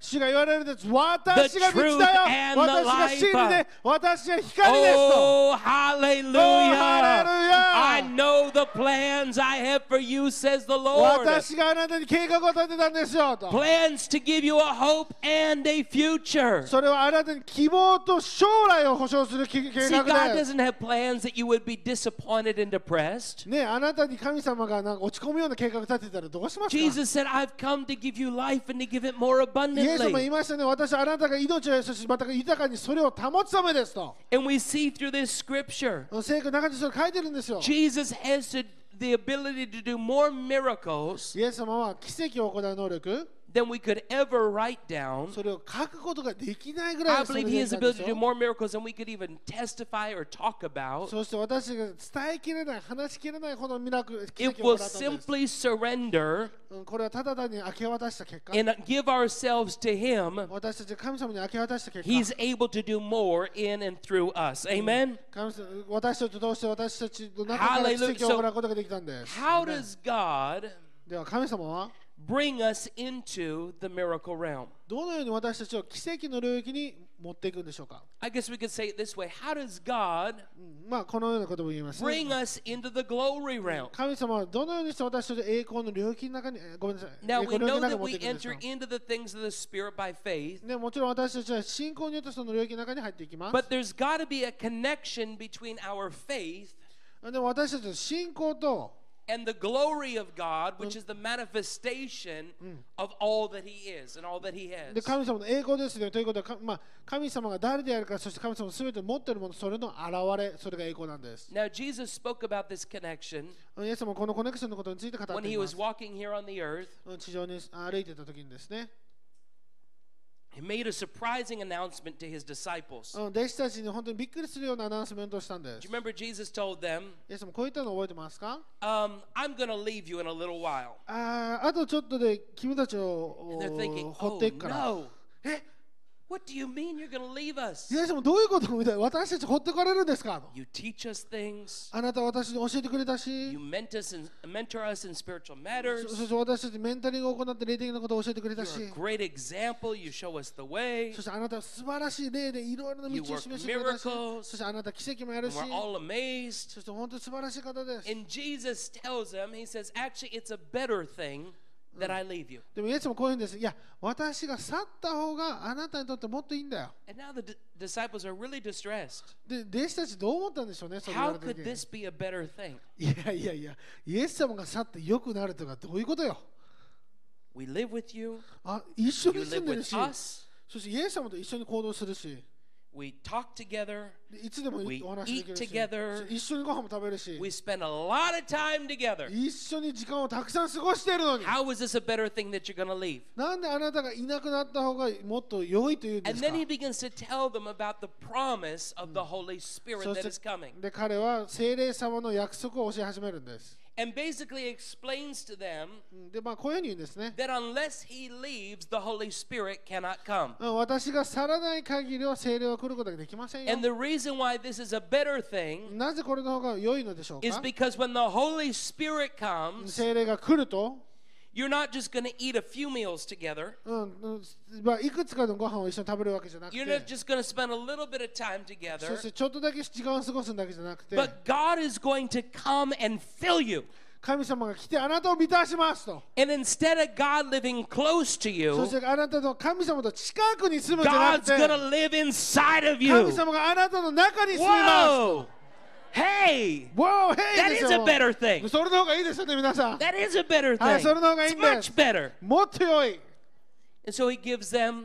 主が言われるんです私が道だ and よ the 私が真理 life で私が光ですと Oh, hallelujah. Oh, hallelujah. I know the plans I have for you, says the Lord. 私があなたに計画を立てたんですよと Plans to give you a hope and a future. それはあなたに希望と将来を保証するき計 See, God 画です doesn't have plans that you would be disappointed and depressed. ねあなたに神様がなんか落ち込むような計画立てたらどうしますかイエス Jesus said, I've come to give you life and to give it more 様 abundantly. 言いましたね私はあなたが命を得そしてまた豊かにそれを保つためですと And we see through this scripture, 聖句の中にそれ書いてるんですよ Jesus has to- the ability to do more miracles イエス様は奇跡を行う能力 than we could ever write down. それを書くことができないぐら I いそれ believe で he で has きた the ability to んです do よ more miracles than we could even testify or talk about そして私たちが伝えきれない、話しきれないほどミラクル、奇 if 跡を we'll 行ったんです、 simply surrender うんこれはただ単に明け渡した結果、 and give ourselves to him. 私たちが神様に明け渡した結 He's 果、 able to do more in and through us. Amen. 神様私たちと通して私たちの中から奇 Hallelujah. 跡を行うことができたんです。 How does God では神様は bring us into the miracle realm? どのように私たちを奇跡の領域に持っていくんでしょうか、 I guess we could say it this way How does God うんまあこのようなことも言います、 bring us into the glory realm. 神様はどのようにして私たちを栄光の領域の中に、えごめんなさい、 Now 栄 we 光の領 know 域の中 that に持って we いくんで enter すか into the things of the Spirit by faith, ね、もちろん私たちは信仰によってその領域の中に入っていきます。 but there's got to be a connection between our faith でも私たちの信仰と and the glory of God, which is the manifestation of all that He is and all that He で has. 神様の栄光ですねということはか、まあ、神様が誰であるかそして神様の全てを持っているものそれの現れそれが栄光なんです Now, Jesus spoke about this connection イエス様はこのコネクションのことについて語っ when てい He ま was す walking here on the earth. うん地上に歩いてた時にですね He made a surprising announcement to His disciples. うん弟子たちに本当にびっくりするようなアナウンスメントをしたんで Do す you remember Jesus told them, イエス様こういったの覚えてますか um, I'm going to leave you in a little while? あーあとちょっとで君たちを And they're thinking, お放 oh っていくから no. え What do you mean you're going to leave us? イエスもどういうことみたいな私たち放ってかれるんですか You teach us things. あなたは私に教えてくれた You し ment us in, mentor us in spiritual そそ matters. して私たちメンタリングを行って霊的なことを教えてくれた You're し a great example. You show us the way. そしてあなたは素晴らしい例でいろいろな道を示してくれたし You work miracles. そしてあなた奇跡もやる And し we're all amazed. そして本当に素晴らしい方です And Jesus tells them, He says, actually, it's a better thing that I leave you. でもイエスもこういうんですいや私が去った方があなたにとってもっといいんだよ And now the d- disciples are really distressed. で弟子たちどう思ったんでしょうねそれ言わ How れた時 could に this be a better thing? いやいやいやイエス様が去って良くなるとかどういうことよ We live with you, あ一緒 you に住 live んでる with し us, そしてイエス様と一緒に行動するし we talk together, でいつでも We お話できる eat し together. そう一緒にご飯も食べるし we spend a lot of time together. 一緒に時間をたくさん過ごしているのに How is this a better thing that you're going to leave? なんであなたがいなくなった方がもっと良いというんで And すか then he begins to tell them about the promise of the Holy そ Spirit し that て is coming. で彼は聖霊様の約束を教え始めるんです And basically explains to them うんでまあこういうふうに言うんですね that unless he leaves, the Holy Spirit cannot come. うん私が去らない限りは聖霊は来ることができません And よ the reason why this is a better thing なぜこれの方が良いのでしょう is か because when the Holy Spirit comes, 聖霊が来ると you're not just going to eat a few meals together. うんうんまあ、いくつかのご飯を一緒に食べるわけじゃなく You're not て just going to spend a little bit of time そ together, してちょっとだけ時間を過ごすだけじゃなくて but God is going to come and fill you. 神様が来てあなたを満たしますと And instead of God living close to そ you, してあなたの神様と近くに住むんじゃなく God's て going to live inside of 神 you. 様があなたの中に住みます Whoa! Hey! わおヘ That イです is よ a も better thing. うそれの方がいいですよね皆さん That is a better thing. はい、それの方がいいんで It's す。much better. もっと良い And so he gives them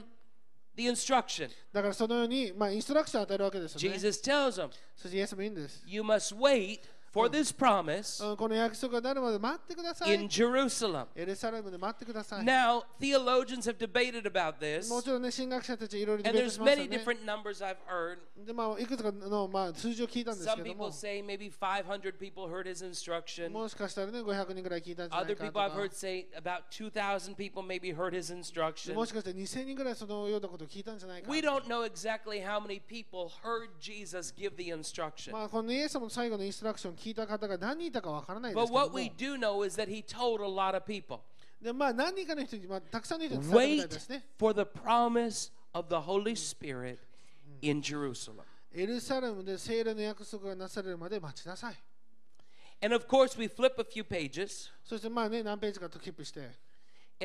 the instruction. だからそのように、まあ、インストラクションを与えるわけですよね Jesus tells them, そしてイエスもいいんです、 You must wait for this promise うんこの約束がなるまで待ってください in Jerusalem. エルサレムで待ってください Now, theologians have debated about this, もちろんね、神学者たちいろいろディ and ベート there's しました many よね。 different numbers I've heard. で、まあ、いくつかの、まあ、数字を聞いたんですけ Some ども people、say maybe 500 people heard his instruction. もしかしたらね、500人ぐらい聞いたんじゃな Other いかと people I've か、 heard say about 2,000 people maybe heard his instruction. もしかしたら2000人ぐらいそのようなことを聞いたんじゃないか We。don't know exactly how many people heard Jesus give the instruction. まあ、このイエス様の最後のインストラクションを聞いた方が何人いたかわからないです But けど what も we do know is that he told a lot of people で、まあ、何人かの人に、まあ、たくさんの人に伝えたみたい wait ですね。 for the promise of the Holy Spirit in Jerusalem. エルサレムで聖霊の約束がなされるまで待ちなさい。 And of course, we flip a few pages, そして、まあね、何ページかとキープして、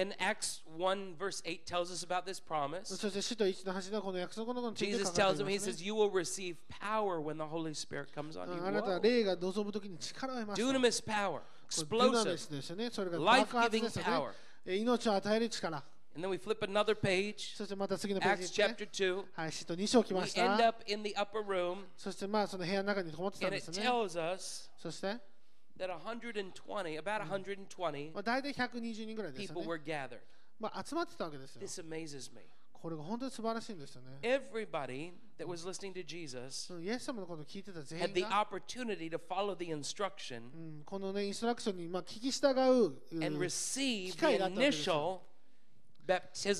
and Acts 1, verse 8 tells us about this promise. そして、使徒一の橋のこの約束のことについて Jesus 書かれ tells てい him, ま He す says, ね You will receive power when the Holy Spirit comes on うんあなたは you. 霊が望むときに力を得ますと。 Dunamis power, デュナミ explosive. スですよね。それが Life-giving 爆発ですよね power.。えー命を与える力。 And then we flip another page, そしてまた次のページ Acts です、ね。 chapter 2. はい、シート2章来 We まし end た。 up in the upper room, そしてまあその部屋の中にこもってたん and で it すよね。 tells us そして、 that 120, about 120まあ、大体120人ぐらいですよ people ね。 were gathered. まあ集まってたわけですよ。 This amazes me. これが本当に素晴らしいんですよね。 Everybody that was listening to Jesus うんイエス様のことを聞いてた全 had 員 the が、 opportunity to follow the instruction うんこのね、インストラクションにまあ聞き従うう and ん。 receive the 機会があったわけですよ。 initial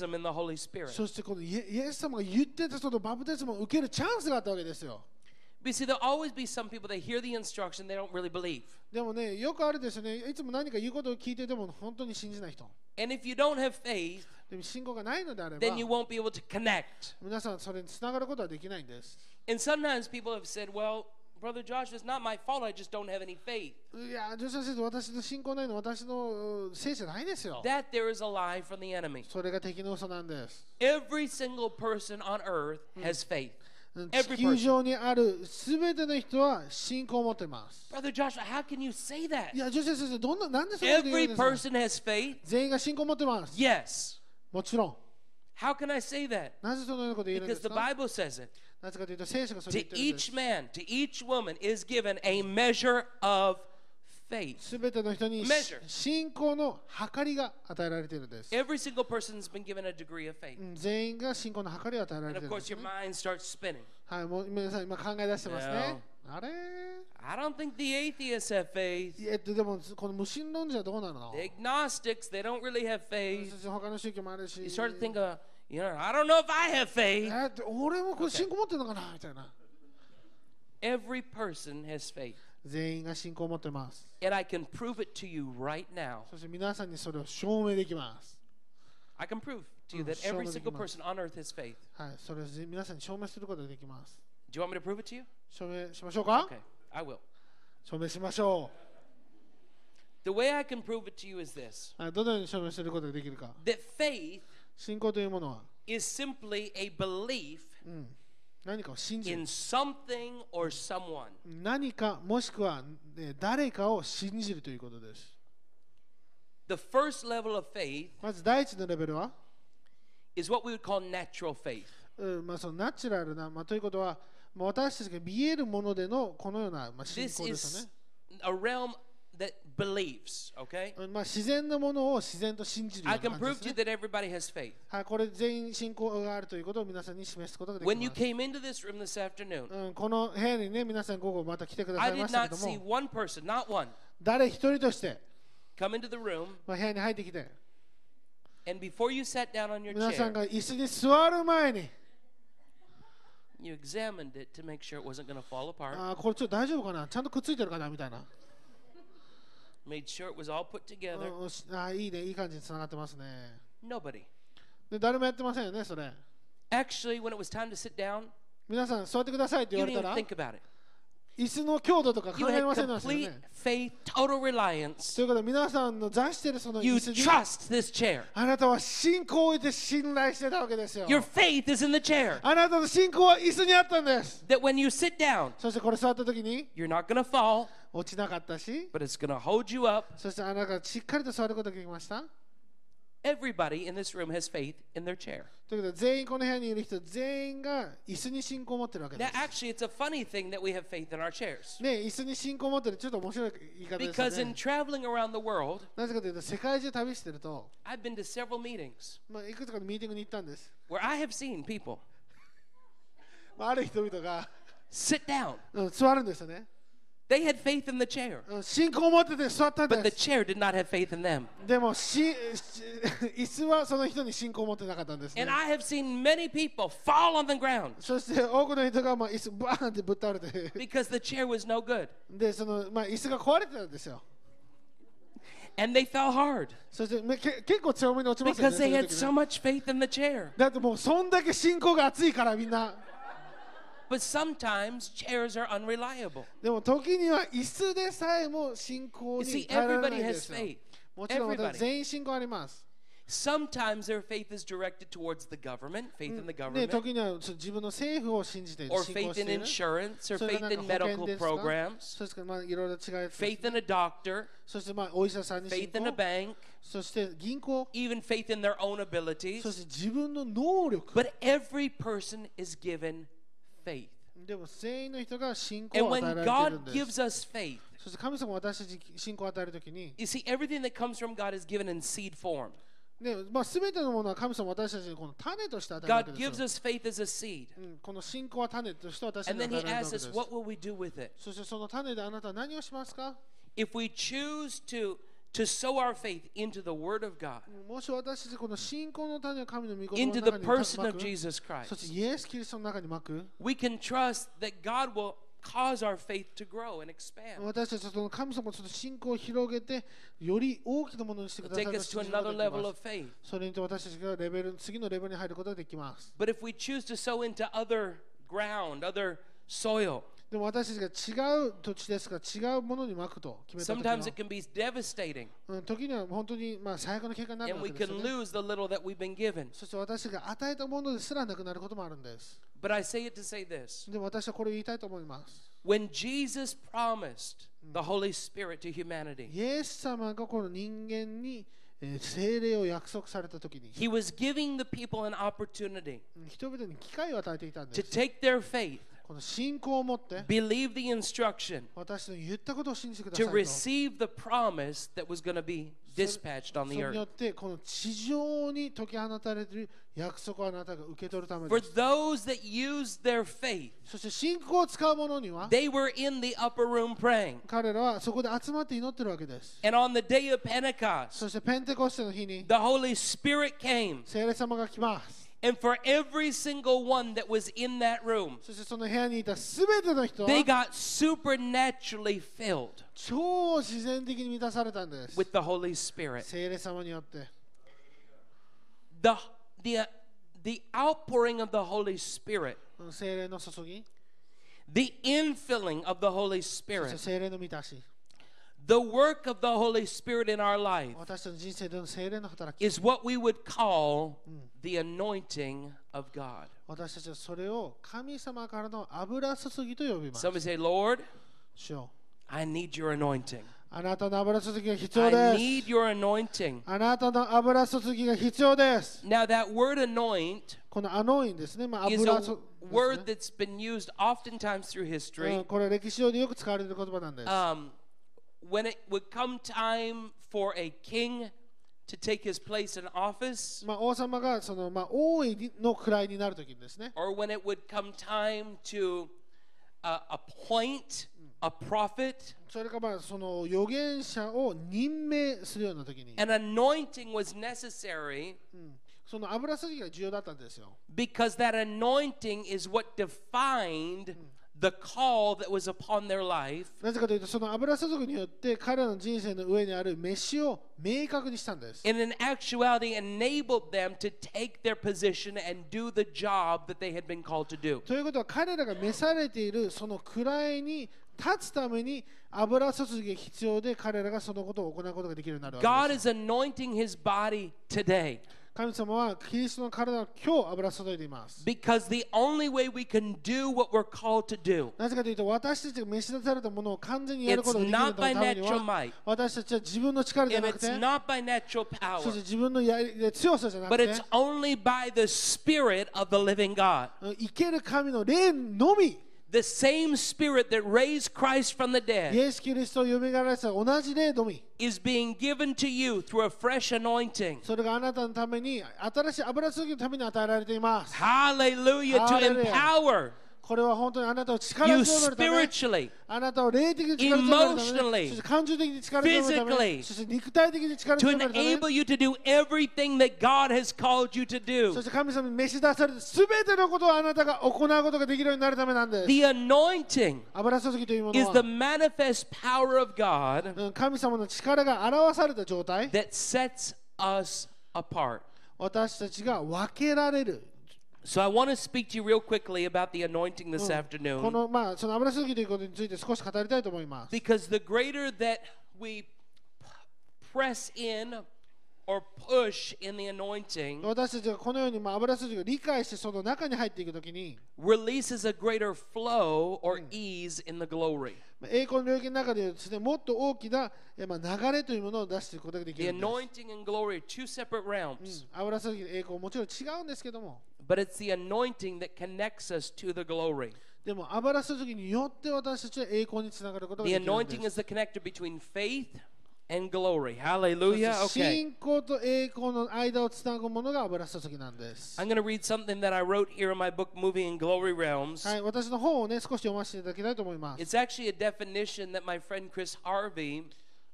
baptism in the Holy Spirit. そしてこのイエイエス様が言ってたそのバプテスマを受けるチャンスがあったわけですよ。 But you see, there'll always be some people that hear the instruction, they don't really believe. でもね、よくあるですよね。いつも何か言うことを聞いてても本当に信じない人。 And if you don't have faith, でも信仰がないのであれ then ば you、won't be able to connect. 皆さんそれにつながることはできないんです。 And sometimes people have said, well, Brother Joshua, it's not my fault. I just don't have any faith. いや、女子先生、私の信仰ないの、私のうんせいじゃないですよ。 That there is a lie from the enemy. それが敵の嘘なんです。 Every single person on earth has faith. うん地 Every 球上にあるすべての人は信仰を持ってます。 Brother Joshua, how can you say that? いや、女子先生、どんな、なんでそんなこと言 Every うんですか person has faith. 全員が信仰を持ってます。 Yes. もちろん。 How can I say that? なぜそのようなこと言えるんで Because す the か Bible says it. なぜかというと、聖書がそれを To 言ってるんです each。man, to each woman is given a measure of faith. すべての人に Measure. 信仰の計りが与えられているんです。 Every single person's been given a degree of faith. うん全員が信仰の計りを与えられ And てい of るんで course, す your ね。 mind starts spinning. はい、もう皆さん今考え出してますね。あれ I don't think the atheists have faith. えっと、でも、この無神論者はどうなるの The agnostics, they don't really have そ faith. して他の宗教もあるし You start to think of, You know, I don't know if I have え faith. ーって俺もこれ信仰持ってるのかなみたいな Every person has faith. 全員が信仰を持ってます And I can prove it to you right now. そして皆さんにそれを証明できます、 I can prove to you Mm, that show every me the single mark. person on earth has faith. はい、それをぜ皆さんに証明することができます Do you want me to prove it to you? 証明しましょうか、 Okay, I will. 証明しましょ The way I can prove it to you is this うはいどのように証明することができるか that faith 信仰というものは、 is simply a belief うん、何かを信じる in something or someone. 何かもしくは、ね、誰かを信じるということです The first level of faith まず第一のレベルは、 is what we would call natural faith. うんまあ、そのナチュラルな、まあ、ということは、まあ、私たちが見えるものでのこのような、まあ、信 This 仰ですよ is ね、 a realm that believes, okay? うんまあ、自然なものを自然と信じるよ I う can な感 prove じ to で you す、that ね everybody has faith. はい、これ全員信仰があるということを皆さんに示すことができ When you ます came into this room this afternoon, うん、この部屋にね皆さん午後また来てくだ I さいま did したけ not ど see も one person, not one, 誰一人として、 come into the room まあ、部屋に入ってきて and before you sat down on your 皆さ chair, んが椅子に座る前に you examined it to make sure it wasn't going to fall apart, あーこれちょっと大丈夫かなちゃんとくっついてるかなみたいな、 made sure it was all put う together. ん、おしあーいいねいい感じにつながってますね Nobody. で誰もやってませんよねそれ Actually, when it was time to sit down, 皆さん座ってくださいって言 you われ didn't た even think ら about it. 椅子の強度とか You 考え had ませんでしたよ complete ね。 faith, total reliance. ということで皆さんの座してるその You 椅子に trust this chair. あなたは信仰を置いて信頼してたわけですよ。 Your faith is in the chair. あなたの信仰は椅子にあったんです。 That when you sit down, そしてこれ座った時に you're not going to fall, 落ちなかったし、 but it's going to hold you up. そしてあなたがしっかりと座ることができました。 Everybody in this room has faith in their chair. ということで全員この部屋にいる人全員が椅子に信仰を持ってるわけで Now, す。 actually, it's a funny thing that we have faith in our chairs. ね、椅子に信仰を持ってるちょっと面白い言い方です Because よ in ね。 traveling around the world, なぜかというと世界中旅してると、 I've been to several meetings まあ、いくつかのミーティングに行ったんです。 where I have seen people まあ、ある人々が、 sit down. うん、座るんですよね。 They had faith in the chair, うん信仰を持ってて座ったん but the です。 chair did not have faith in them. でもしし 椅子はその人に信仰を持ってなかったんです、ね And。I have seen many people fall on the ground そして多くの人がまあ椅子バーンってぶっ倒れ て because the chair was no good. でそのまあ椅子が壊れてたんですよ And they fell hard そしてめけ結構強めに落ちます because よねそ they ういう had 時 so ね much faith in the chair. だってもうそんだけ信仰が熱いからみんな But sometimes chairs are unreliable. でも時には椅子でさえも信仰 You に see, 頼らない everybody んで has すよ faith. もちろん Everybody. 私全員信仰あります、 Sometimes their faith is directed towards the government, faith in the ね、 government, 時にはそう自分の政府を信じている or 信仰 faith して in いる insurance, or それ faith がなんか in medical 保険ですか programs, そうですかまあいろいろ違いです faith in a doctor, そしてまあお医者さんに信 faith in a 仰 bank, そして銀行 even faith in their own そ abilities. して自分の能力 But every person is given faith. でも全員の人が信仰 And を与え when られてるん God です gives us faith, そして神様が私たちに信仰を与えるときに、 you see, everything that comes from God is given in seed form. ねまあ、全てのものは神様は私たちにこの種として与えるわ God けです gives よ us faith as a seed. うん、この信仰は種として私た And ちに then 与 He えられるわけ asks で us, す what will we do with it? そしてその種であなたは何をしますか If we choose to, to sow our faith into the Word of God, もし私たちこの信仰の種を神の御言葉 into の the 中にま person of く Jesus そし Christ, てイエス・キリストの中にまく we can trust that God will cause our faith to grow and expand. 私たちはその神様のその信仰を広げてより大きなものにしてくださ Take ると us to 信じること another ができ level ま of す faith. それによって私たちがレベル次のレベルに入ることができます But if we choose to sow into other ground, other soil, でも私たちが違う土地ですから違うものにまくと決めた sometimes 時は it can be devastating うん、時には本当にまあ最悪の結果になる and わけ we ですよ can ね。 lose the little that we've been given. そして私が与えたものですらなくなることもあるんです。 But I say it to say this でも私はこれを言いたいと思います。 when Jesus promised the Holy Spirit to humanity, イエス様がこの人間に、えー聖霊を約束された時に He was giving the people an opportunity うん人々に機会を与えていたんで to す。 take their faith, この信仰を持って believe the instruction, 私の言ったことを信じてくださ to いと。そ receive the promise that was going to be dispatched on the れによ earth. ってこの地上に解き放たれている約束をあなたが受け取るため For です。 those that used their faith, そして信仰を使う者には they were in the upper room praying. 彼らはそこで集まって祈ってるわけです。 And on the day of Pentecost, そしてペンテコステの日に the Holy Spirit came 聖霊様が来ます。 And for every single one that was in that room, そしてその部屋にいた全ての人 they は got supernaturally filled 超自然的に満たされたんです with the Holy Spirit. 聖霊様によって The, the, the outpouring of the Holy Spirit, この聖霊の注ぎ the infilling of the Holy そして Spirit, 聖霊の満たし the work of the Holy Spirit in our life 私たちの人生での聖霊の働き is what we would call the anointing of God. 私たちはそれを神様からの油注ぎと呼びます Somebody say, Lord, 主よ I need your anointing. あなたの油注ぎが必要 I です need your anointing. あなたの油注ぎが必要です。 Now, that word anoint このアノインですね。まあ、 is 油 a 注 word です that's been used oftentimes through ねうん history. これは歴史上でよく使われている言葉なんです。 Um, when it would come time for a king to take his place in office, まあ、王様がその、まあ、王位の位になるときにですね、 or when it would come time to uh, appoint a prophet, それかまあその預言者を任命するようなときに、 an anointing was necessary その油注ぎが重要だったんですよ。 because that anointing is what defined the call that was upon their life なぜかというと、その油注ぎによって彼らの人生の上にある飯を明確にしたんです。 and in actuality enabled them to take their position and do the job that they had been called to do. ということは彼らが召されているその位に立つために油注ぎが必要で彼らがそのことを行うことができるようになるわ God けで is す。anointing his body today 神様はキリストの体を今日油注いでいます。 because the only way we can do what we're called to do なぜかというと私たちが召し出されたものを完全にやることができるの It's not ために by natural might. は私たちは自分の力じゃ and なく it's て not by natural power そして自分のやり強さじゃなく but て it's only by the spirit of the living God. 生ける神の霊のみ The same spirit that raised Christ from the イ dead エス・キリストを蘇らせた同じ霊のみ is being given to you through a fresh anointing. それがあなたのために新しい油注ぎのために与えられています。 Hallelujah. To Hallelujah. empower これは本当にあなたを力 you 強めるため spiritually あなたを霊的に力強めるため Emotionally. そして感情的に力強めるため Physically. そして肉体的に力 to 強めるため enable you to do everything that God has called you to そ do. して神様に召し出されて全てのことをあなたが行うことができるようになるためなんです The anointing 油注ぎというもの is the は manifest power of God うん神様の力が表された状態 that sets us apart. 私たちが分けられる So I want to speak to you real quickly about the anointing this こ afternoon. のまあその油注ぎということについて少し語りたいと思います Because the greater that we p- press in or push in the anointing 私たちがこのようにまあ油注ぎを理解してその中に入っていくときに releases a greater flow or ease in the glory. まあ栄光の領域の中で言うとですねもっと大きなえまあ流れというものを出していくことができ The るんです anointing and glory are two separate realms, 油注ぎの栄光もちろん違うんですけども but it's the anointing that connects us to the glory. でも油注ぎによって私たちは栄光につながることが The できるんです anointing is the connector between faith and glory. そして Hallelujah. Okay. 信仰と栄光の間をつなぐものが油注ぎなんです。 I'm going to read something that I wrote here in my book, Moving in Glory Realms. はい、私の本をね、少し読ませていただきたいと思います。 It's actually a definition that my friend Chris Harvey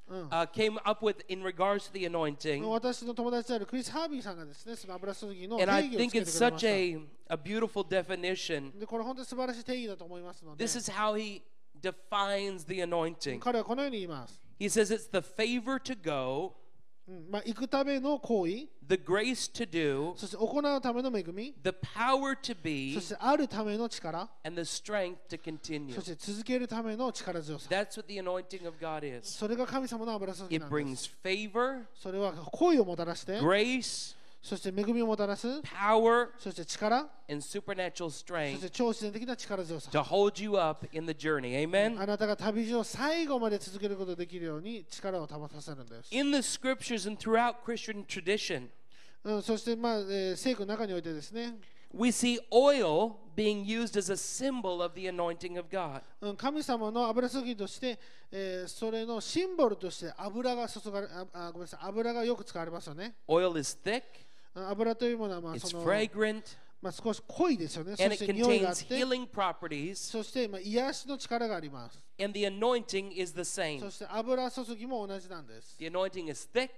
Mm. uh, came up with in regards to the anointing. 私の友達であるクリス・ハービーさんがですね、その油注ぎの定 And I 義をつ think けて it's くれ such ました。で、 a, a beautiful definition. これ本当に素晴らしい定義だと思いますので、 This is how he defines the anointing. 彼はこのように言います。 He says it's the favor to go, うんまあ、行くための行為、 the grace to do, そして行うための恵み、 the power to そ be, してあるための力、 and the strength to continue. そして続けるための力強さ。 That's what the anointing of God is. それが神様の油注ぎな It んです。 brings favor, それは恋をもたらして、 grace, そして恵みをもたらす、 power, そして力、 and supernatural そし strength て超自然的な力強さ。 to hold you up in the journey. Amen. あなたが旅路を最後まで続けることができるように力を保たせるんです。 in the scriptures and throughout Christian tradition, うん、そして、まあえー聖句の中においてですね、 we see oil being used as a symbol of the anointing of God. うん、神様の油注ぎとして、えーそれのシンボルとして油が注がれああごめんなさい油がよく使われますよね。 Oil is thick, うん油というものは、まあ it's その fragrant, まあ、少し濃いですよね。そ and it して匂いがあ contains って、 healing properties, そして、まあ、癒しの力があります。 and the anointing is the そ same. して油注ぎも同じなんです。 The anointing is thick,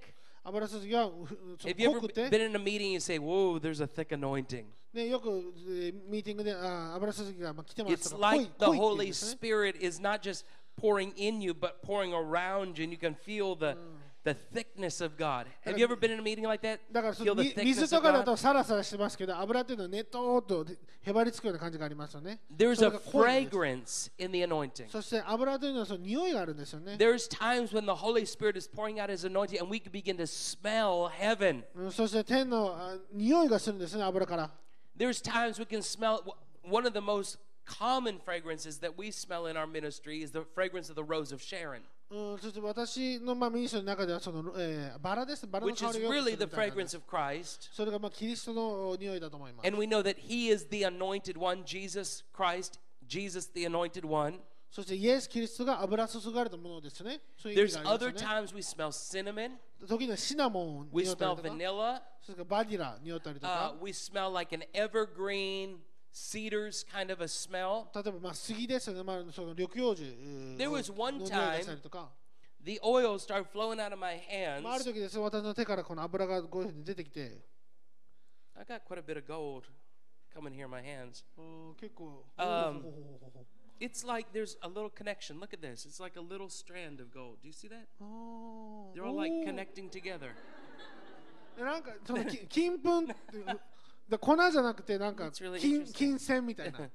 油注ぎはうふそ Have you の ever 濃くて been、in a meeting and say, Whoa, there's a thick anointing? ね、よくえーミーティングであー油注ぎがまあ来てます It's とか濃い like the 濃いっていうん Holy ですね Spirit is not just pouring in you, but pouring around you, and you can feel the, the thickness of God. Have you ever been in a meeting like that? だからその Feel the み水 thickness と of かだと God? サラサラしてますけど油っていうのはネットとへばりつくような感じがありますよね There's それ a が濃いんです fragrance in the anointing. そして油というのはその匂いがあるんですよね There's times when the Holy Spirit is pouring out His anointing, and we can begin to smell heaven. うんそして天のあ匂いがするんですね油から There's times we can smell one of the most common fragrances that we smell in our ministry is the fragrance of the rose of Sharon, うん、そして私のまあミニストリーの中ではその、えーバラです。バラの which 香 is りがよくす really る the みたいなんです fragrance of Christ. それがまあキリストの匂いだと思います。 And we know that He is the anointed one, Jesus Christ, Jesus the anointed one. そしてイエス・キリストが油注がれたものですよね。そういう意味 There's があり other ますよね。 times we smell cinnamon, 時にはシナモンを we 匂ったり smell とか、 vanilla, それからバニラ匂ったりと uh, か、 we smell like an evergreen, cedars kind of a smell. 例えばまあ杉ですよね。まあその緑葉樹 There の was one 匂いがしたりとか。 The oil started flowing out of my まあ、あ hands. る時ですよ私の手からこの油がこういうふうに出てきて、 I got quite a bit of gold coming here in my hands. うん結構、 Um, ほうほうほうほうほう It's like there's a little connection. Look at this. It's like a little strand of gold. Do you see that? あー They're all like おー connecting together. でなんかそのき 金粉っていうだ粉じゃなくてなんか It's really 金 interesting. 金線みたいな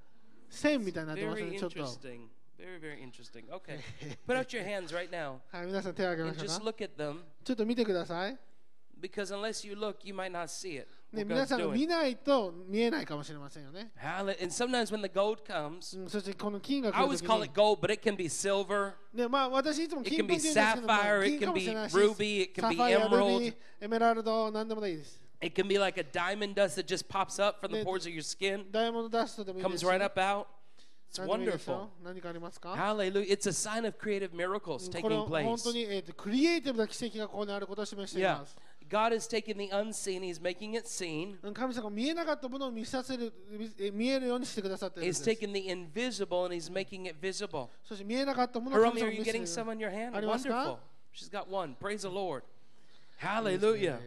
線みたいになってます Very ねちょっと interesting. Very, very interesting. Okay. Put out your hands right now はい皆さん手を挙げま and しょう just か look at them ちょっと見てください because unless you look, you might not see it. ね What 皆 God's さんが見 doing. ないと見えないかもしれませんよね Hallelujah. And sometimes when the gold comes, うんそしてこの金が I always 来る時 call に it gold, but it can be silver. ねまあ私いつも It 金 can 粉って be 言うんですけど、まあ sapphire, it 金 can かも be しれないし ruby, it サ can フ be ァイア、ルビ emerald. ー、エメラルド何でもいいです It can be like a diamond dust that just pops up from the Then- pores of your skin, ダイヤモンドダストでもいいです comes し right up out. It's 何でもいいですよ wonderful. 何かありますか Hallelujah. It's a sign of creative miracles これ taking は本 place. 当に、えーとクリエイティブな奇跡がここにあることを示してい Yeah. ます God is taking the unseen, He's making it seen. 神様が見えなかったものを見させるえ見えるようにしてくださっているんで He's す。 taking the invisible and He's making it visible. そして見えなかったものを神 Hiromi, are 様が見 you せてく getting ださ some る on your hand? ありますか？ Wonderful. She's got one. Praise the Lord. Hallelujah.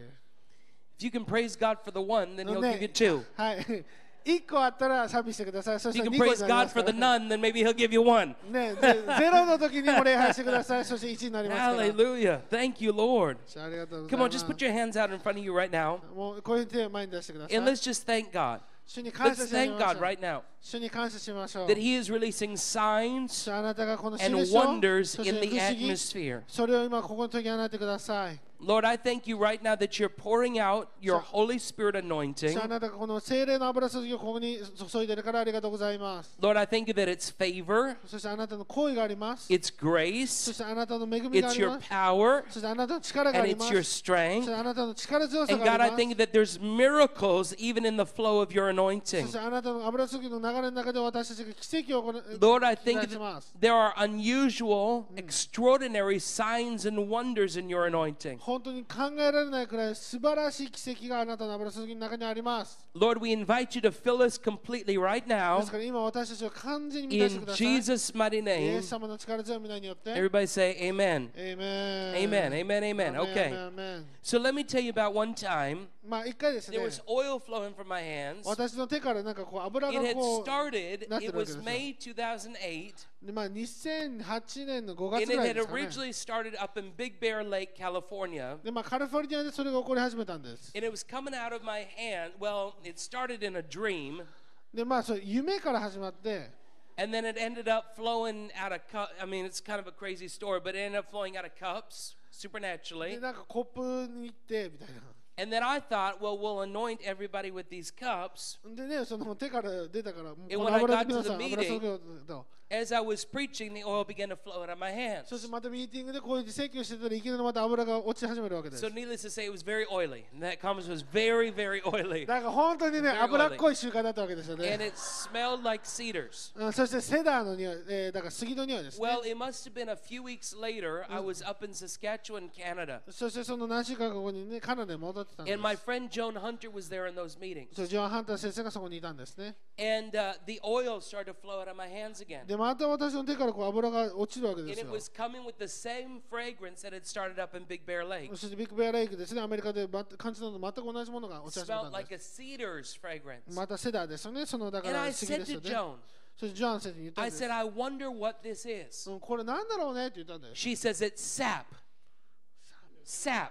If you can praise God for the one, then He'll ね give you two. はい。一個あったら賛美してください。そ If して you 二 can 個に praise なりま God すか for ら the none, then maybe He'll give you one. ねゼゼロの時にも礼拝してく ださい。そして一になりますから。 Hallelujah. Thank you, Lord. ありがとうござい Come on, ます just put your hands out in front of you right now. もうこういう手を前に出してくださ And い let's。just thank God. 主に感 Let's 謝し thank ましょ God う right。now 主に感謝しましょう that。He is releasing signs あなたがこの and 印を wonders そして in 不 the 思議 atmosphere. それを今ここに解き放ってください。 Lord, I thank you right now that you're pouring out your So- Holy Spirit anointing. さああなたがこの精霊の油注ぎをここに注いでるからありがとうございます。 Lord, I thank you that it's favor, そしてあなたの行為があります。 it's そ grace, してあなたの恵みがあ it's り your ます。 power, そしてあなたの力があ and りま it's す。 your そし strength. てあなたの力強さ And があ God, I ります。 thank you that there's miracles even in the flow of your そ anointing. してあなたの油注ぎの流れの中で私たちが奇跡を行う Lord, I 期 thank 待 you し that ます。 there are unusual, extraordinary signs and wonders in your anointing. 本当に考えられないくらい素晴らしい奇跡があなたの油注ぎの中にあります。 Lord, we invite you to fill us completely right で now すから今私たちを完全に満たして in ください。イ Jesus' mighty エ name. ス様の力強い皆によって。 Everybody say amen. エイメン。 Amen, amen, amen. アメン Okay. アメンアメン So let me tell you about one time まあ一回ですね there。was oil flowing from my hands. 私の手からなんかこう油 It が had こう started, なってるわけ it で was すよ May 2008, でまあ2008年の5 and 月ぐ it らい had ですかね。 originally started up in Big Bear Lake, California. でまあカリフォルニアでそれが起こり始めたんです。 And it was coming out of my hand. Well, it started in a dream, でまあそう夢から始まって、 and then it ended up flowing out of cup. I mean, it's kind of a crazy story, but it ended up flowing out of cups で supernaturally. なんかコップに行ってみたい And then I thought, well, we'll anoint everybody with these cups. な。でねその手から出たからもう And こ when I の油 got で to 皆 the さん油注ぎをと。 As I was preaching, the oil began to flow out of my そし hands. てまたミーティングでこういう請求してたらいきなりまた油が落ち始めるわけです So,。needless to say, it was very oily. And that conference was very, very oily. なんか本当にね Very oily. 油っこい習慣だったわけですよ And ね。 it smelled like cedars. うんそしてセダーの匂い、えーだから杉の匂いですね。 Well, it must have been a few weeks later. I was up in Saskatchewan, Canada. そしてその何週間か後にねカナダに戻っってたんで And my す。 friend Joan Hunter was there in those meetings. そうジョアン・ハンター先生がそこにいたんですね。 And uh, the oil started to flow out of my hands again. で、また私の手からこう油が落ちるわけで And す it よ。 was coming with the same fragrance that had started up in Big Bear Lake. そしてビッグベアレイクですね、アメリカでま感じたのと全く同じものが It 落ち始めた smelled ん like で a cedar's す。 fragrance. またセダーですよね、そのだか And ら I 杉 said ですよ to ね。 Joan, そしてジョアン先生に言ったん I です said, I wonder what this is. うんこれなんだろうねって言ったんだよ。 She says, it's sap. Sap.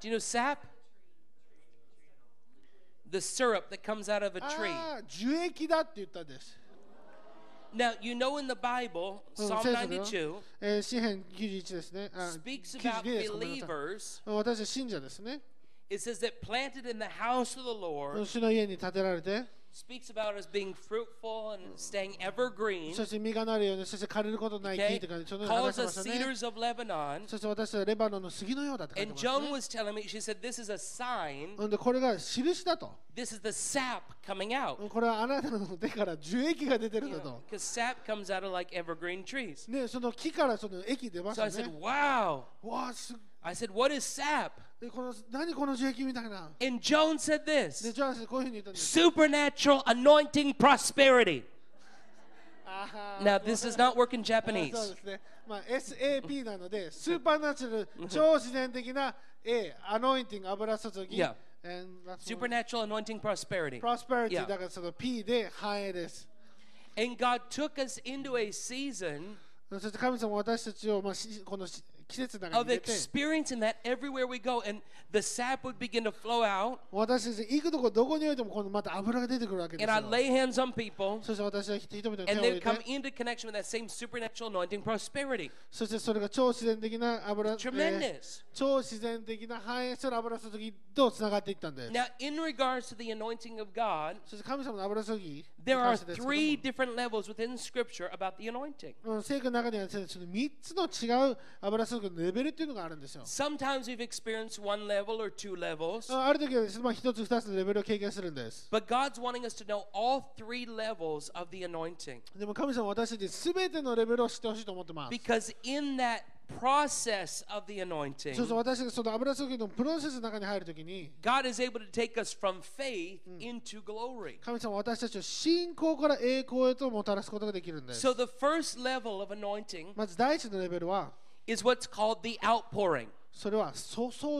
Do you know sap? The syrup that comes out of a tree. ああ、樹液だって言ったんです。 Now, you know in the Bible, うん Psalm 聖書では92えー、詩編91ですね。あ speaks 92 about ですごめんな believers. さい私は信者ですね。 It says that planted in the house of the Lord 主の家に建てられて、 speaks about us being fruitful and staying evergreen. そして実がなるように、そして枯れることない木 Okay? って感じで、そのように Calls 話してま us したね。 cedars of Lebanon. そして私はレバノンの杉のようだって書いて And ます、ね。 Joan was telling me, she said, this is a sign. うんでこれが印だと。 This is the sap coming out. うんこれはあなたの手から樹液が出てるんだと。 Because sap comes out of like evergreen trees. ね、その木からその液出まし So た I said, ね。 wow. わあ、すっ I said, what is sap? でこの何この樹液みたいな。 And Joan said で、 this ジョアン先生こういうふうに言ったんです。 supernatural anointing prosperity. あはー Now, this does not work in そう Japanese. ですね。まあ、SAP なので、スーパーナチュラル、超自然的な A、アノインティング、油注ぎ。 Yeah. And that's what- Supernatural anointing prosperity. prosperity Yeah. だからその P で繁栄です。 And God took us into a season そして神様は私たちを、まあ、しこのし季節の中に of 入れて、 experiencing that everywhere we go. And the sap would begin to flow out. 私たち行くとこどこにおいてもこのまた油が出てくるわけで And す I よ。 lay hands on people. そして私は人々の手を And 入 they れ would come て、 into connection with that same supernatural anointing prosperity. そしてそれが超自然的な油、えー Tremendous. 超自然的な繁栄する油注ぎとつながっていったんです。 Now, in regards to the anointing of God, そして神様の油注ぎに there are 関してですけども three different levels within Scripture about the anointing. うん聖句の中にはですねその3つの違う油注ぎのレベルっていうのがあるんですよ。 Sometimes we've experienced one level or two levels, あある時はですね、まあ、1つ2つのレベルを経験するんです。 but God's wanting us to know all three levels of the anointing でも神様は私たち全てのレベルを知ってほしいと思ってます。 because in that process of the そうそう anointing, 私がその油注ぎのプロセスの中に入るときに God is able to take us from faith into glory. 神様は私たちを信仰から栄光へともたらすことができるんです So, the first level of anointing まず第一のレベルは is what's called the outpouring. それは注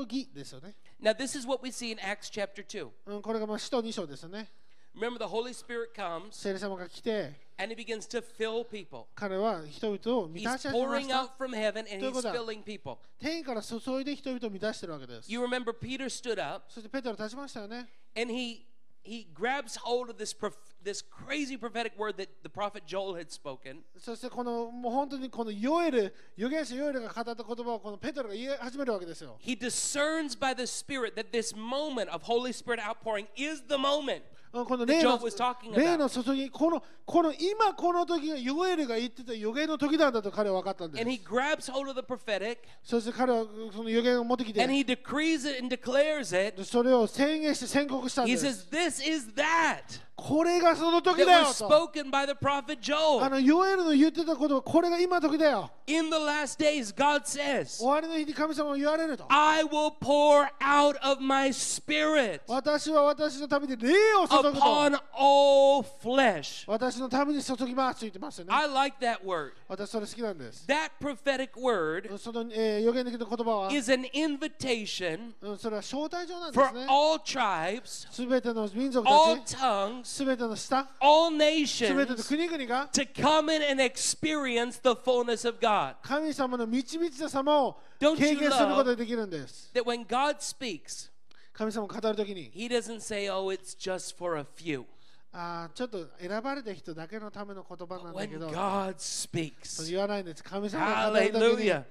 ぎですよね、 Now, this is what we see in Acts chapter 2. うん、これがまあ使徒2章ですよね Remember, the Holy Spirit comes 聖霊様が来て and he begins to fill people. 彼は人々を満 He's たし始めまし pouring た out from heaven and he's ということだ。 filling people. 天から注いで人々を満たしてるわけです You remember Peter stood up そしてペテロ立ちましたよね and he he grabs hold of this prof- this crazy prophetic word that the prophet Joel had spoken そしてこのもう本当にこのヨエル預言者ヨエルが語った言葉をこのペテロが言い始めるわけですよ he discerns by the Spirit that this moment of Holy Spirit outpouring is the moment. うんこの例の Job was talking about. 例の注ぎこのこの今この時がヨエルが言ってた予言の時なんだと彼は分かったんです And he grabs hold of the prophetic そして彼はその予言を持ってき and て he decrees it and declares it. それを宣言して宣告したんで He す says, This is that これがその時 that だよ was と spoken by the prophet あ Joel. のヨエルの言ってたことはこれが今時だよ In the last days, God says, 終わりの日に神様は言われると I will pour out of my spirit 私は私のために霊を注ぐと upon all flesh. 私のために注ぎますと言ってますよね I like that word. 私それ好きなんです That prophetic word その、えー、予言的な言葉は、 is an invitation うん、それは招待状なんで for すね all tribes, すべての民族た all ち tongues, すべての下 all すべての nations 国々が to come in and experience the fullness of God. 神様の満ち満ちた様を Don't you 経験することができるんです。 That when God speaks, 神様を語るときに、 He doesn't say, oh, it's just for a few. あーちょっと選ばれた人だけのための言葉なんだけ When ど、 God speaks, 言わないんです。神様が語るときに、 hallelujah,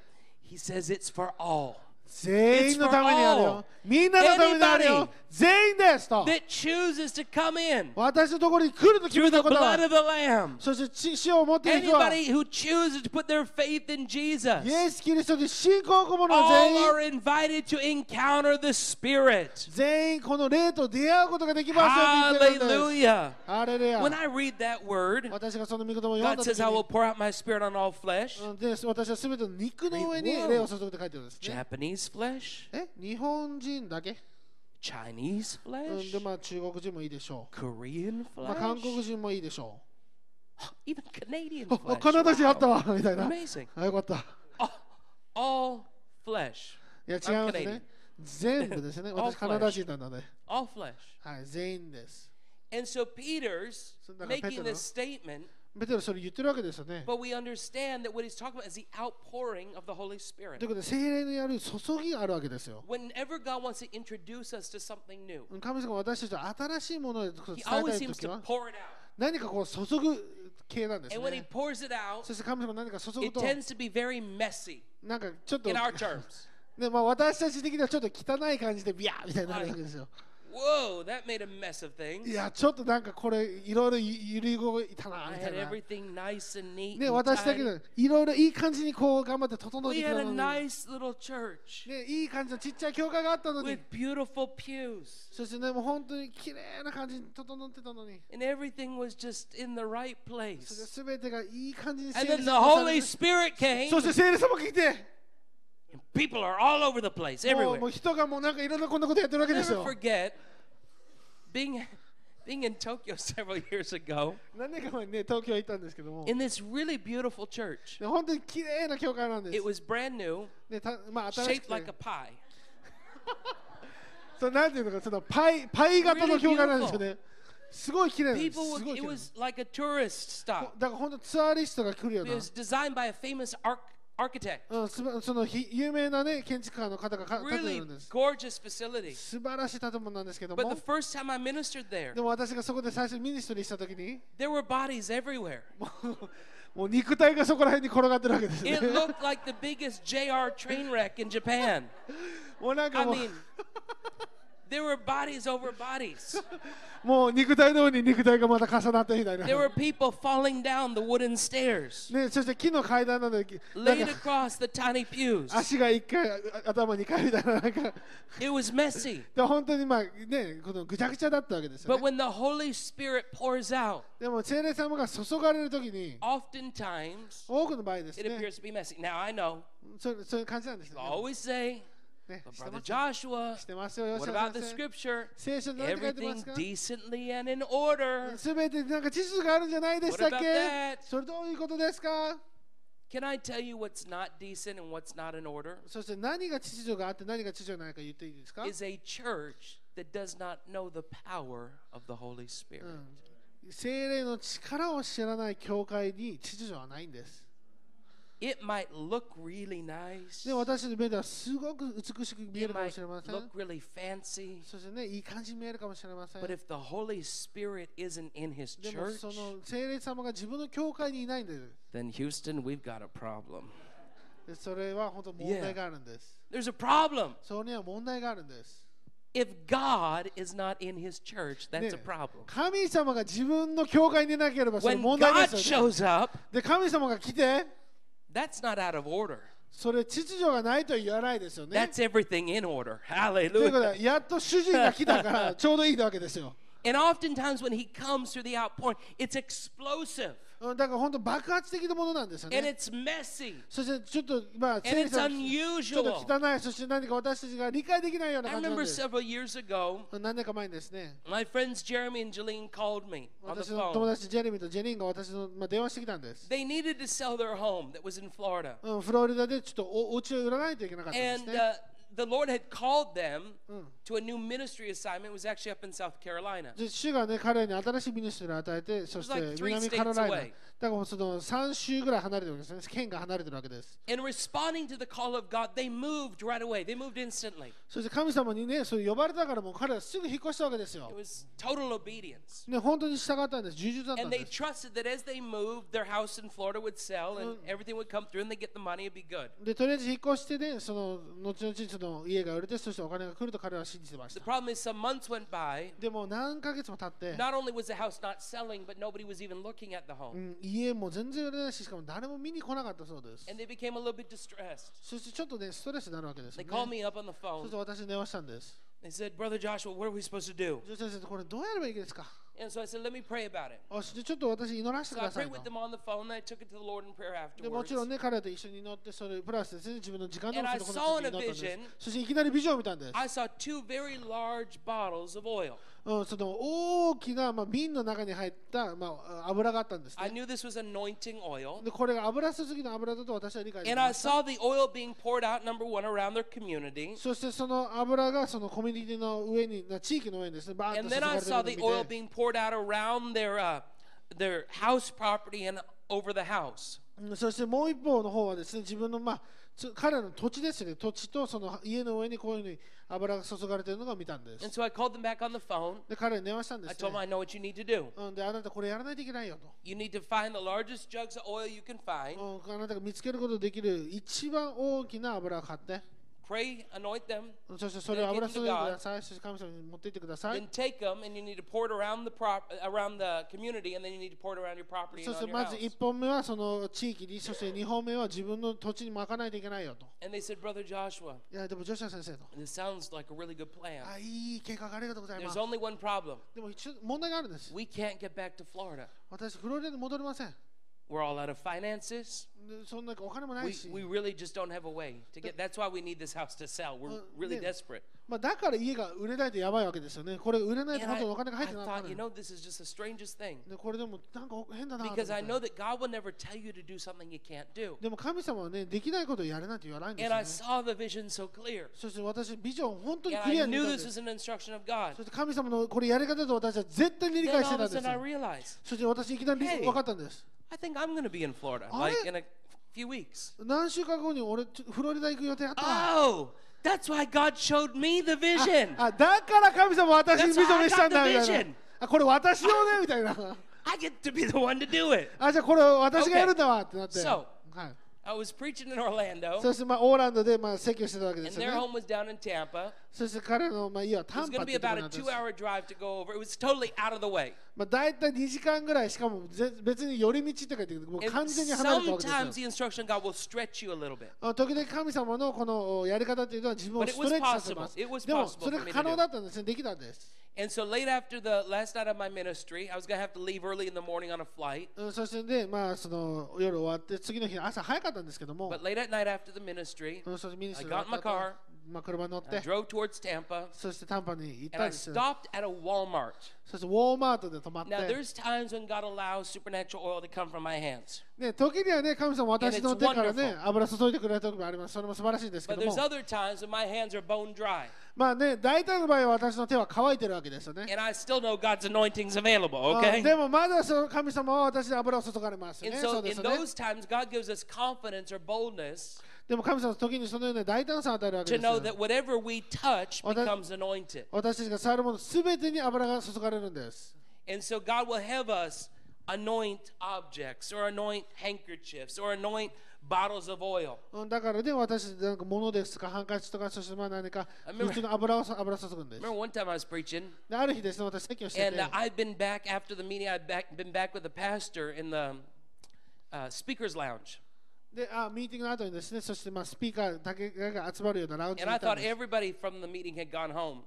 He says it's for all. 全員のためにある It's for all. よ。みんなのためにある Anybody. よ。全員ですと。 that chooses to come in 私のところに来ると決 through め the たこと blood は、 of the Lamb. そして血死を持っている人は、 Anybody イ who chooses to put their faith in Jesus, エス・キリストに信仰を込むの全 all are 員、invited to encounter the Spirit. 全員この霊と出会うことができますよと言ってるんです。 Hallelujah. ハレルヤ When I read that word, 私がその御言葉を読んだ God とき says, I に will、pour out my spirit on all flesh うんで私はすべての肉の上に Whoa. 霊を注ぐって書いてあるんですね。 Japanese flesh, え日本人だけ Chinese うん、 flesh, でまあ中国人もいいでしょ Korean う、まあ、韓 flesh, 国人もいいでしょ even Canadian うあ flesh. カナダ人あった Wow. わみたいな Amazing. あよかった All- all flesh. いや違いますね全部ですね All 私カナダ人なんだね All flesh. はい全員です And so Peter's So, like, making Peter, this huh? statement, ペテロそれ言ってるわけですよね but we understand that what he's talking about is the outpouring of the Holy という Spirit. ことで精霊による注ぎがあるわけですよ Whenever God wants to introduce us to something new, 神様は私たちは新しいものを伝 he えた always い seems 時 to は pour it out. 何かこう注ぐ系なんです And when he ね pours it out, そして神様何か注ぐ it と tends to be very messy なんかちょっと in our terms. ねまあ、私たち的にはちょっと汚い感じでビャーみたいになるわけですよ。 Whoa, that made a mess of い things. やちょっとなんかこれいろいろ揺り動いたな I みたい had な。 everything nice and neat. ね and 私だけ tidy. どいろいろいい感じにこう頑張って整え We てきた had a のに、ね、 nice little church いい感じのちっちゃい教会があったのに with。beautiful pews. そしてねもう本当に綺麗な感じに整ってたのに。 And everything was just in the right そして place. 全てがいい感じに And 整 then 理 the され Holy て Spirit came. そして聖霊様が来て and People are all over the place, もう everywhere. もう人がもうなんかいろんなこんなことやってるわけです Never よ。 forget being being in Tokyo several years ago 何年か前にね東京行ったんですけども。 in this really beautiful church. ね本当に綺麗な教会なんです It。was brand new, でたまあ、新し shaped くて like a pie. それなんていうのかそのパイパイ型の教会なんですよね。すごい綺麗なんです。 People す would, ごい綺 it 麗 was like a tourist だ stop. から本当ツアーリストが来るよう It な。 was designed by a famous arch architect. うん、すばそのひ有名なね建築家の方がか建てて Really るんです。 gorgeous facility. 素晴らしい建物なんですけど But the も。 first time I ministered there, でも私がそこで最初にミニストリーした時に there were bodies everywhere. もうもう 肉体がそこら辺に転がってるわけですね It。looked like the biggest JR train wreck in Japan. もうなんか I もう mean, there were bodies over bodies. もう肉体の上に肉体がまた重なってみたいな。 There were people falling down the wooden stairs, ね、そして木の階段なのでなん laid か across the tiny pews. 足が一回あ頭二回みたいななんか。 It was messy. で本当にまあねこのぐちゃぐちゃだったわけですよ、 But ね。 when the Holy Spirit pours out, でも聖霊様が注がれるときに oftentimes 多くの場合です it ね appears to be messy. Now I know, そうそういう感じなんですよ I always say, ね、ね but して Brother ますよ Joshua, してますよよ what し about the 先生 scripture? 聖書に何て書いてます Everything か decently and in order. すべてなんか地図があるんじゃないでしたっ What け about that? それどういうことですか Can I tell you what's not decent and what's not in order? そして何が秩序があって何が秩序がないか言っていいですか、 is a church that does not know the power of the Holy う Spirit. ん、聖霊の力を知らない教会に秩序はないんです It might look really nice. で私の目ではすごく美しく見え It るかも might しれません look really fancy. そしてねいい感じに見えるかもしれません But if the Holy Spirit isn't in his でも church, その聖霊様が自分の教会にいないんです then Houston, we've got a problem. でそれは本当問題があるんです。 There's a problem. それには問題があるんです。 If God is not in his church, that's a ねえ problem. 神様が自分の教会にいなければそれ When 問題 God ですよ、ね。 shows up, で神様が来て that's not out of order. それ秩序がないとは言わないですよね。 That's everything in order. というこ Hallelujah. とはやっと主人が来たか らちょうどいいわけですよ。 And oftentimes when he comes through the outpouring, it's explosive うんだから本当爆発的なものなんですよ and ね。 it's messy. そしてちょっとまあ And 聖霊 it's 様ちょっ unusual. と汚いそして何か私たちが理解できないような I 感じな remember んです。 several years ago, 何年か前にですね。 my friends Jeremy and Jeline called me on the 私の友 phone. 達ジェレミーとジェリンが私の、まあ、電話してきたんです。 They needed to sell their home that was in Florida. うん、フロリダでちょっとおお家を売らないといけなかったんです And ね。 uh, the Lord had called them to a new ministry assignment. It was actually up in South Carolina. で主がね彼に新しいミニストリーを与えて、そして It's like three 南カロライナ states away.、だからその3州ぐらい離れてるわけですね、県が離れてるわけです。 In responding to the call of God, they moved right away. They moved instantly. そして神様にね、それ呼ばれたからもう彼はすぐ引っ越したわけですよ It。was total obedience. ね、本当に従ったんです、従順だったん And they です。 trusted that as they moved, their house in Florida would sell and everything would come through and they'd get the money, it'd be good. で、とりあえず引っ越してね、その後々その家が売れて、そしてお金が来ると彼は信じてまし The た。 problem is, some months went by. でも何ヶ月も経って、 Not only was the house not selling, but nobody was even looking at the う home. ん、家も全然売れないし、しかも誰も見に来なかったそうです。 And they became a little bit distressed. そしてちょっとね、ストレスになるわけです They よ called ね。 me up on the そし phone て私に電話したんです。 They said, Brother Joshua, what are we supposed to do? ジョー先生これどうやればいいですか And so I said, Let me pray about it. あじゃあちょっと私祈らせ So てく I ださ prayed いと with them on the phone, and I took it to the Lord in prayer でも afterwards. ちろんね彼らと一緒に乗ってそれプラスですね自分の時間でも And そのことについて I saw in a 祈ったんです vision- そしていきなりビジョンを見たんです I saw two very large bottles of oil. うん、その大きな、まあ、瓶の中に入った、まあ、油があったんです I ね。 knew this was anointing oil. でこれが油注ぎの油だと私は理解でき And I ました。 saw the oil being poured out, number one, around their community. そしてその油がそのコミュニティの上に、な地域の上にですね、バーッ And と注 then が I れてるの saw を the oil 見て、 being poured out around their, uh, their house property and over the house. うんそしてもう一方の方はですね、自分の、まあ、つ彼らの土地ですね、土地とその家の上にこういうふうに油が注がれているのが見たんです And。so I called them back on the phone. で、彼に電話したんで I す told them, ね。 I know what you need to do. うん、で、あなたこれやらないといけないよと。 You need to find the largest jugs of oil you can find. うん、あなたが見つけることできる一番大きな油を買って、 Pray, anoint them, うんそしてそれを Then give 油 them 注 to いでく God. ださい。そして神様に持って行ってください then。take them, and you need to pour it around the prop, around the community, and then you need to pour it around your property そ and し on て your まず house. 1本目はその地域に、そして2本目は自分の土地にまかないといけないよと。 And they said, Brother Joshua, いや、でもジョシュア先生と。 this sounds like a really good plan. あ、いい計画ありがとうございま There's す。 only one problem. でも一応問題があるんです。 We can't get back to Florida. 私、フロリダに戻れません。 We're all out of finances. でそんなお金もな We, いし。 we really just don't have a way to get. That's why we need this house to sell. We're Uh, really yeah. desperate. まあ、だから家が売れないとやばいわけですよね。これ売れない And と I, 本当にお金が入 I ってなかっ thought, た you know, this is just the strangest thing でこれでもなんか変だなと思っ because I て。 know that God will never tell you to do something you can't do. でも神様はね、できないことをやれないと言わないんです And よ、 I ね。 saw the vision so clear. そして私、ビジョンを本当に And クリア I に見 knew たんで this す。 was an instruction of God. そして神様のこれやり方だと私は絶対に理 Then 解して all た of a んです sudden I よ。 realized そして私、いきなり Hey. 分かったんです。 I think I'm going to be in Florida I- like in a few weeks. 何週間後に俺ちょフロリダ行く予定あったわ Oh, that's why God showed me the vision. あだから神様は私にビジョンにしたんだ That's why I got み the たい vision. なあこれ私用ねみたいな I get to be the one to do it. あじゃあこれ私がやるんだわってなって、 So. はい、 I was preaching in Orlando, そしてまあオーランドでまあ席をしてたわけで and すよ their ね home was down in Tampa. そして彼のまあ家は It タ was ン going パ to って be いうとこ about a ろなんです two hour drive to go over. It was totally out of the way. まあ大体2時間ぐらいしかもぜ別に寄り道って書いてもう And 完全に離れたわけですよ sometimes the instruction of God will stretch you a little bit. あ時々神様のこのおやり方っていうのは自分を But ス it ト was レッチさせます possible. It was でも possible それ for が me to 可能だったんですねできたんです And so late after the last night of my ministry, I was going to have to leave early in the morning on a flight. うんそしてねまあその夜終わって次の日朝早かったんですけども But late at night after the ministry, そしてミニストリ I got in my ーが終わった後まあ、車に乗っ I て、 drove towards Tampa そしてタンパに行っ and た I んですよ。 stopped at a Walmart. そしてウォーマートで泊まっ Now, て、 there's times when God allows supernatural oil to come from my hands. ね、時にはね、神様私の手からね And、油注いでくれた時もあります。それも素晴らしいんですけ But ど there's も、 other times when my hands are bone dry. まあね、大体の場合は私の手は乾いてるわけですよね。 And I still know God's anointing's available, あ okay? でもまだその神様は私に油を注がれますよ And ね。そ so うで in すよね。 those times, God gives us confidence or boldness でも神様は時にそのような大胆さを与えるわけ to です know よ。 that whatever we touch Well, that- becomes anointed. 私たちが触るものすべてに油が注がれるんです。 And so God will have us anoint objects or anoint handkerchiefs or anoint bottles of oil. うんだからね、私、なんか物ですとか、ハンカチとか、そしてまあ何か、 I remember- 普通の油を油注ぐんです。 Remember one time I was preaching である日ですね、私、席をして and、て uh, I've been back after the meeting, I've back, been back with the pastor in the uh, speaker's lounge. であミーティングの後にですね、そしてまあスピーカーだけが集まるようなラウンジ And に I 行ったん thought です everybody from the meeting had gone home.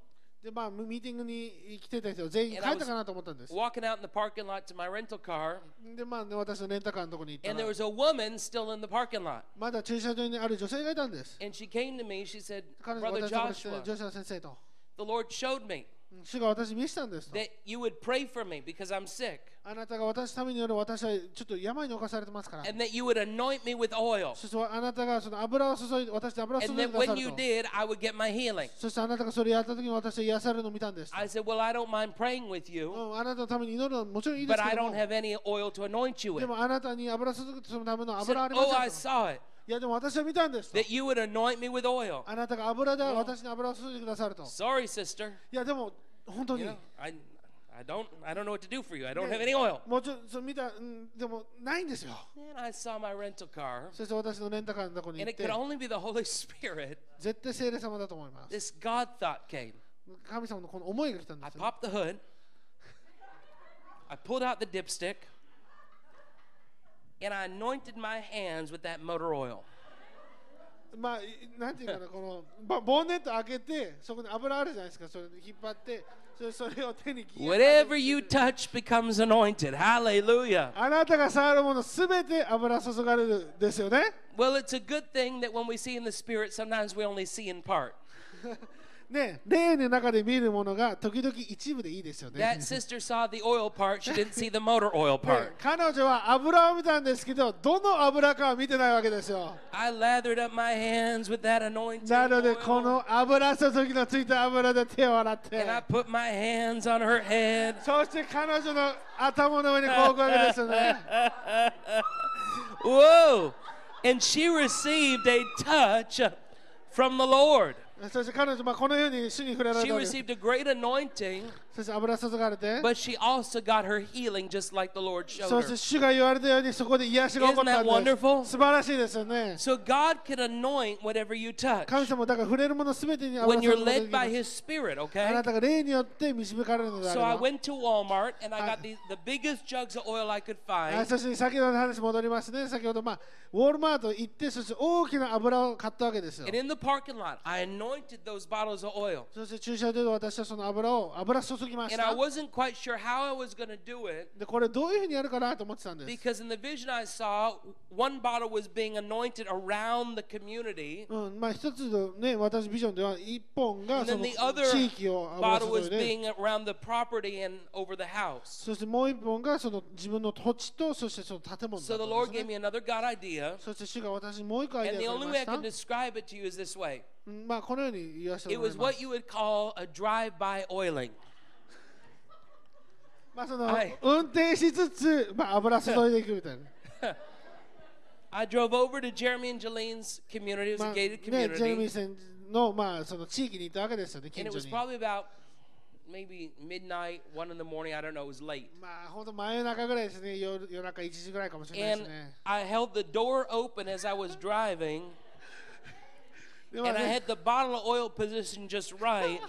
で、まあ、ミーティングに来てた人全員帰 And I ったかなと思ったんです。 Walking out in the parking lot to my rental car, で、まあね、私のレンタカーのとこに行った and there ら、 was a woman still in the parking lot. まだ駐車場にある女性がいたんです。 And she came to me, she said, 彼女 Brother 私のことを知って Joshua, ジョシュア先生と、 the Lord showed me うん主が私見せたんですと that you would pray for me because I'm sick, あなたが私のためによる私はちょっと病に侵されてますから。 and that you would anoint me with oil, そしてあなたがその油を注いで、私に油を注い and で that くださ when る you と。 did, I would get my healing. そしてあなたがそれやった時に私は癒されるのを見たんですと。 I said, Well, I don't mind praying with う you, ん、あなたのために祈るのはもちろんいいで but す I けど don't も、 have any oil to anoint you で with. もあなたに油注ぐそのための I said, 油はありま oh, せ I んと。 saw it, いやでも私は見たんですと that you would anoint me with oil. あなたが油で私に油を注いでくださると。い Sorry, sister. やでも本当 You に know,。I, I, don't, I don't know what to do for you. I don't ね have any oil. もうちょっと見た、うん、でもないんですよ。 Then I saw my rental car, そして私のレンタカーのとこに and 行っ it could て、 only be the Holy Spirit. 絶対聖霊様だと思います。 This God thought came. 神様のこの思いが来たんで I すよ。 popped the hood. I pulled out the dipstick. And I anointed my hands with that motor oil. まあいなんていうかなこの ボボンネット開けてそこに油あるじゃないですかそれ引っ張ってそれそれを手に切 Whatever you touch becomes anointed. Hallelujah. あなたが触るものすべて油注がれるですよね Well, it's a good thing that when we see in the Spirit, sometimes we only see in part. ね霊の中で見るものが時々一部でいいですよね That sister saw the oil part, she didn't see the motor oil で part. 彼女は油を見たんですけどどの油かは見てないわけですよ I lathered up my hands with that anointing. なのでこ oil, の油注ぎのついた油で手を洗って and I put my hands on her head. そして彼女の頭の上にこう置くわけですよね Whoa! And she received a touch from the Lord. そして彼女、まあ、このように主に触れられ She たわけです received a great anointing, そして油注がれて but she also got her healing just like the Lord そ showed して her. 主が言われたようにそこで癒しが起こった Isn't ん that です wonderful? 素晴らしいですよね So God can anoint whatever you touch 神様だから触れるものすべてに油 when 注 you're がれて led き by ます His Spirit, あ okay? なたが霊によって導かれるのであ So れ I ば went to Walmart and I I- got the, the biggest jugs of oil I could はい、 find. そして先ほどの話戻りますね先ほど、まあ、ウォールマート行ってそして大きな油を買ったわけですよ And in the parking lot, I anointed those bottles of oil. そして駐車場で私はその油を油注ぎまし And I た wasn't quite sure how I was going to do it. でこれどういうふうにやるかなと思ってたんです、 Because in the vision I saw, one bottle was being anointed around the community, うんまあ、一つのね私ビジョンでは一本が and then その the other 地域を油 bottle 注 was いで being around the property and over the house. そしてもう一本がその自分の土地とそしてその建物だった So ん the で Lord す、 gave ね、 me another God idea, そして主が私にもう一個アイ and デ the アをく only way れま I した can describe it to you is this way うんまあこのように言わせて it もらい was ま what す、 you would call a drive by oiling. まあ、そのはい運転しつつ、まあ、油注いでいくみたいな I drove over to Jeremy and Jalene's community, it was ま a あね gated ジェレミー community, さんの,、まあその地域に行ったわけですよね、近 and it 所 was に。 probably about maybe midnight, one in the morning, I don't know, it was late. まあ、本当、真夜中ぐらいですね夜、夜中1時ぐらいかもしれない And ですね。 I held the door open as I was driving, でまあ and I ね had the bottle of oil positioned just right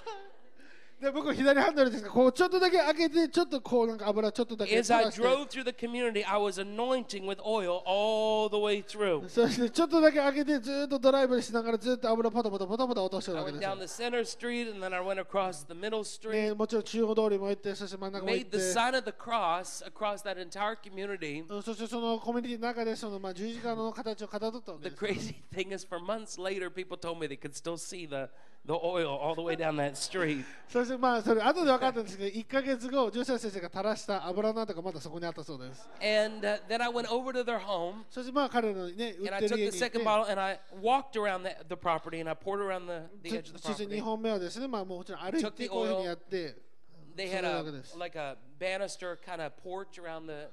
で僕、左ハンドルですが、こうちょっとだけ開けて、ちょっとこう、なんか油ちょっとだけ as I 垂らして drove through the community. I was anointing with oil all the way through. そしてちょっとだけ開けて、ずーっとドライブしながら、ずーっと油ポタポタポタポタ落としてる I わけ went ですよ down the center street, and then I went across the middle ね street, もちろん中央通りも行って、そして真ん中も行っ made て the。sign of the cross across that entire community. うんそしてそのコミュニティの中でそのまあ十字架の形をかたどったわけ The ですよ。 crazy thing is, for months later, people told me they could still see the, the oil all the way down that street. そしてまあそれ後で分かったんですけど、1ヶ月後、ジョシュア先生が垂らした油の跡がまだそこにあったそうです。 And uh, then I went over to their home. そしてまあ彼のね、And 売っ I て took る家 the に行って second bottle and I walked around the, the property and I poured around the, the edge of the そそして2 property. 本目はですね、まあもちろん歩い Took the てこういうふうにやって、 They had その中 a です。 like a banister kind of porch around the,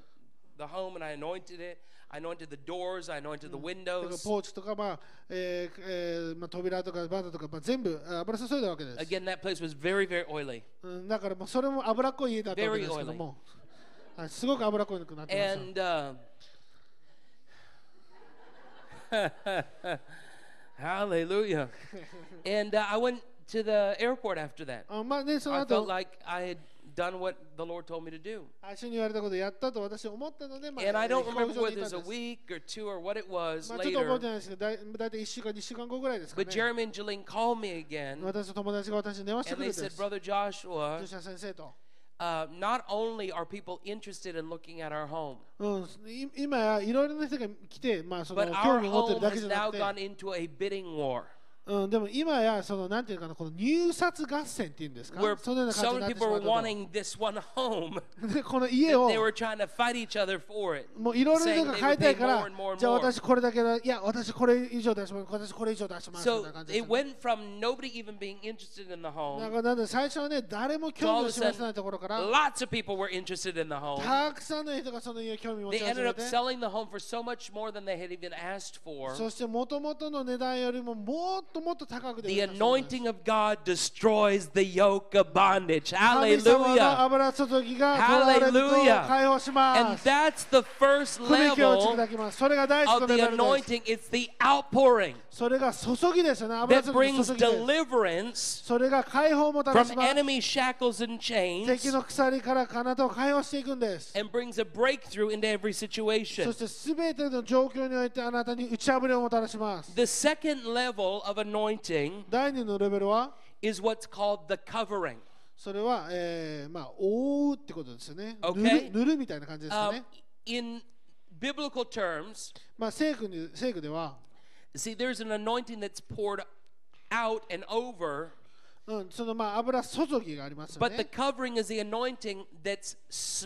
the home and I anointed it. I anointed the doors, I anointed the だから windows. ポーチとか、まあえーえーまあ、扉とかバンドとか、まあ、全部あ油注いだわけです、 Again, that place was very, very oily. うん。だからもうそれも油っこい家だったわけですけど Very も、はい、すごく油っこいくなってました。 And uh, hallelujah. and uh, I went to the airport after that. あまあね、その I felt 後、 like I had done what the Lord told me to do. あ主に言われたことやったと私は思ったので、まあ、 And I えー don't 飛行 remember 場 whether に it いた was んで a す week or two or what it was まあ、ちょっと覚 later. えてないですけど、だいだいたい1週間、2週間後ぐらいですか But ね。 Jeremy and Jalen called me again, 私の友達が私に電話して and くれ they るん said, です。 Brother Joshua, 吉田先生と。 uh, not only are people interested in looking at our home, うん、い今やいろいろな人が来て、まあ、その but 興 our 味を持って home るだけ has じゃな now く gone て、 into a bidding war うん、でも今やそのなんていうかなこの入札合戦っていうんですか where そのような感じ so にな many ってし people were まっ wanting this たと one home で この家 that を they were trying to fight each other for it. もういろいろな人が買いたいか saying they would pay more and more and ら more じゃあ私これだけだいや私これ以上出します私これ以上出しますみたい So な感じで it したね went from nobody even being interested in the だ home からなんで最初はね誰も to 興 all 味 of を a 示さないとこ sudden ろから lots of people were interested in the home. たくさんの人がその家を興味を持 They ち始 ended め up て selling the home for so much more than they had even asked for. そしてもともとの値段よりももっともっと高くで The 上に重ねます anointing of God destroys the yoke of bondage. 神様の Hallelujah. 油注ぎが囚われると Hallelujah. 解放し And ます。 that's the first 雰囲気を打ち level 砕きます。それが第一 of の the レベルです。 anointing. It's the outpouring それが注ぎですよね。油 that 注ぎの brings 注ぎです。 deliverance それが解放もたら from します。 enemy shackles and chains 敵の鎖から体を解放していくんです。 and brings a breakthrough into every そ situation. してすべての状況においてあなたに打ち破りをもたらします。 The second level of anointing 第二のレベルは、 is what's called the covering. それは、えーまあ、覆うってことですよね。 Okay. 塗る塗るみたいな感じですよ Um, ね。 in biblical terms, まあ、聖句に聖句では、 see, there's an anointing that's poured out and over うん、そのまあ油注ぎがありますよ But the ね。 covering is the anointing that's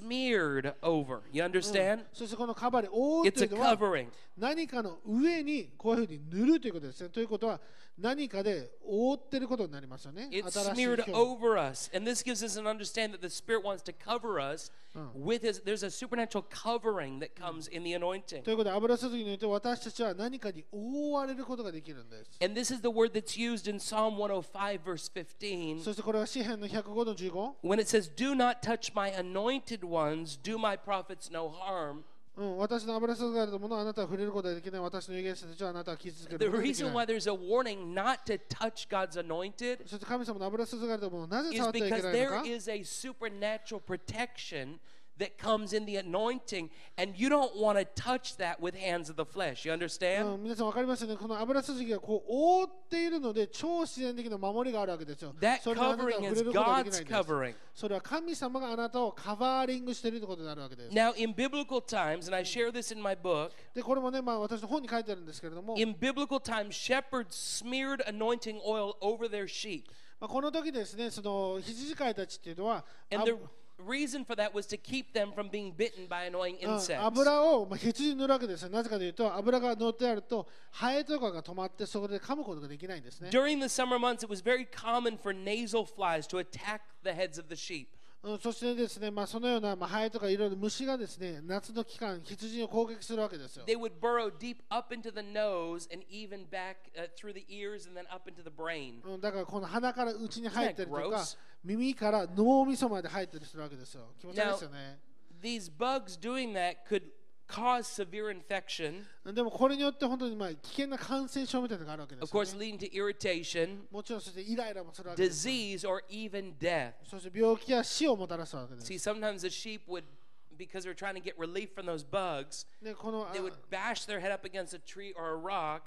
smeared over. You understand? そしてこのカバリ覆う It's とい a うのは covering. 何かの上にこういうふうに塗るということですね。ということは何かで覆ってることになりますよね。 It's 新しい smeared 表現 over us. And this gives us an understanding that the Spirit wants to cover us with his there's a supernatural covering that comes in the anointing. ということで油注ぎによって私たちは何かに覆われることができるんです。 And this is the word that's used in Psalm 105, verse 15. そしてこれは詩篇の105の15。 when it says, Do not touch my anointed ones, do my prophets no harm. うん、私の油注がれたものをあなたは触れることができない。私の有言者たちはあなたは傷つけ The ることができ reason な why い。 there's a warning not to touch God's anointed そして神様の油注がれたものをなぜ is 触ってはいけ because ないの there か is a supernatural protection that comes in the anointing, and you don't want to touch that with hands of the flesh. You う understand? ん、皆さん分かりますよね、この油注ぎがこう覆っているので、超自然的な守りがあるわけですよ。 That それはあなたは covering 触 is God's れることができないんです。 covering. それは神様があなたをカバーリングしているということになるわけです。 Now, in biblical times, and I share this in my book, で、これもね、まあ、私の本に書いてあるんですけれども、 in biblical times, shepherds smeared anointing oil over their sheep. まあ、この時ですね、その羊飼いたちっていうのは、あ And the reason for that was to keep them from being bitten by annoying うん insects. 油を、まあ、羊に塗るわけですよ。なぜかというと、油が乗ってあると、ハエとかが止まって、そこで噛むことができないんですね。 During the summer months, it was very common for nasal flies to attack the heads of the sheep. うん、そしてですね、まあ、そのような、まあ、ハエとかいろいろ虫がですね、夏の期間、羊を攻撃するわけですよ。 they would burrow deep up into the nose and even back uh, through the ears and then up into the brain. うん、だからこの鼻から内に入ってると Isn't that か gross? 耳から脳みそまで入ってる人なわけですよ気持ち悪い Now- ですよね These bugs doing that could cause severe infection, でもこれによって本当にまあ危険な感染症みたいなのがあるわけで of すよ、 course, ね、 leading to irritation, もちろんそしてイライラもするわけです disease, or even death. そして病気や死をもたらすわけです See, sometimes the sheep would, because they're trying to get relief from those bugs, でこのあ they would bash their head up against a tree or a rock,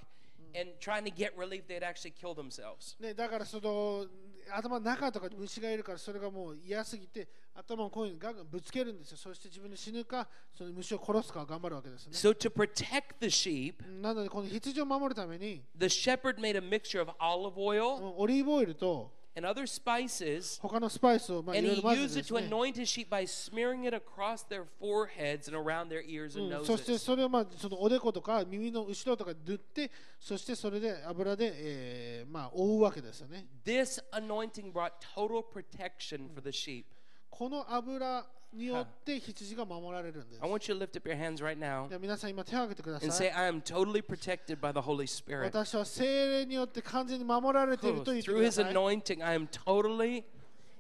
and trying to get relief, they'd actually kill themselves. ね、だからその頭の中とかに虫がいるからそれがもう嫌すぎて頭をこういうふうにガンガンぶつけるんですよそして自分で死ぬかその虫を殺すかを頑張るわけですね So, to protect the sheep, なのでこの羊を守るために the shepherd made a mixture of olive oil うんオリーブオイルと and other spices 他のスパイスをまあい And ろい he ろ混ぜ used てで it す to ね anoint his sheep by smearing it across their foreheads and around their ears and うんそして noses. それをまあそのおでことか耳の後ろとかに塗ってそしてそれで油で、えーまあ、覆うわけですよね This anointing brought total protection for the sheep. この油によって羊が守られるんです I want you to lift up your hands right now では皆さん今手を挙げてくだ and さ say, い I am totally protected by the Holy Spirit. 私は精霊によって完全に守られていると言って Through くだ his さい anointing, I am totally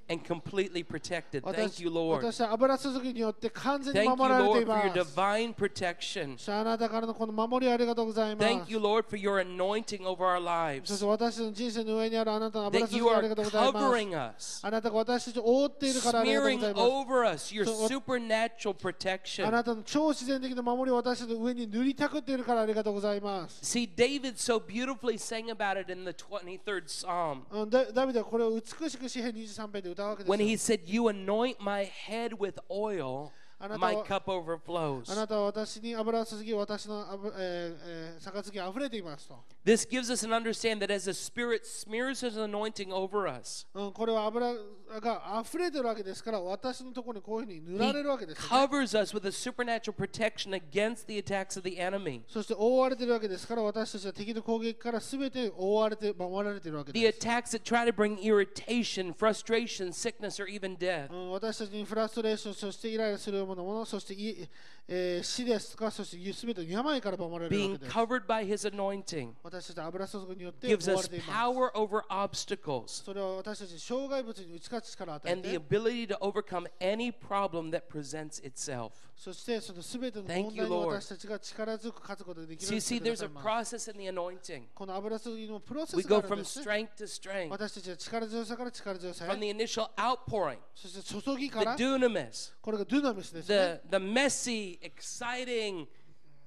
and completely protected. Thank 私 you, Lord. 私は油注ぎによって完全に Thank you, 守られてい Lord, for ま your す divine protection. そしてあなたからのこの守りをありがとうございます Thank you, Lord, for your anointing over our そし lives. て私の人生の上にあるあなたの油 That 注ぎ you をあり are がとうございます covering us. あなたが私たちを覆っているからありがとう smearing ございます over us your So what- supernatural あ protection. なたの超自然的な守りを私たちの上に塗りたくっているからありがとうございます。 See, David so beautifully sang about it in the 23rd Psalm うんダダビデはこれを美しく詩篇23編で歌うわけです when よ he said, You anoint my head with oil, あなたは my - cup overflows. あなたは私に油注ぎ、私の油えーえー杯が溢れていますと。 This gives us an understanding that as the Spirit smears his anointing over us, うん、これは油が溢れてるわけですから、私のところにこういうふうに塗ら he れるわけですよね、 covers us with a supernatural protection against the attacks of the enemy. そして覆われてるわけですから、私たちは敵の攻撃から全て覆われて、守られてるわけ The です。 attacks that try to bring irritation, frustration, sickness, or even death. うん、私たちにフラストレーション、そしてイライラするものもの、そしてい、えー死ですとか、そしてすべての病から守られるわ Being けです。 covered by his anointing 私たちは油注ぐによって覆 gives わ us れています。 power over obstacles それは私たちに障害物に打ち勝つ力を与え and the て、 ability to overcome any problem that presents itself. そしてそのすべての Thank you, 問題に Lord. 私たちが力強く勝つことができる So you ようにし see, てくだ there's さい a ます process in the anointing. この油注ぎのプロセ We スが go あるん from ですね。 strength to strength, 私たちは力強さから力強さへ from、the initial outpouring, そして注ぎ the から、 dunamis, これがドゥナミスですね the,。the messy, exciting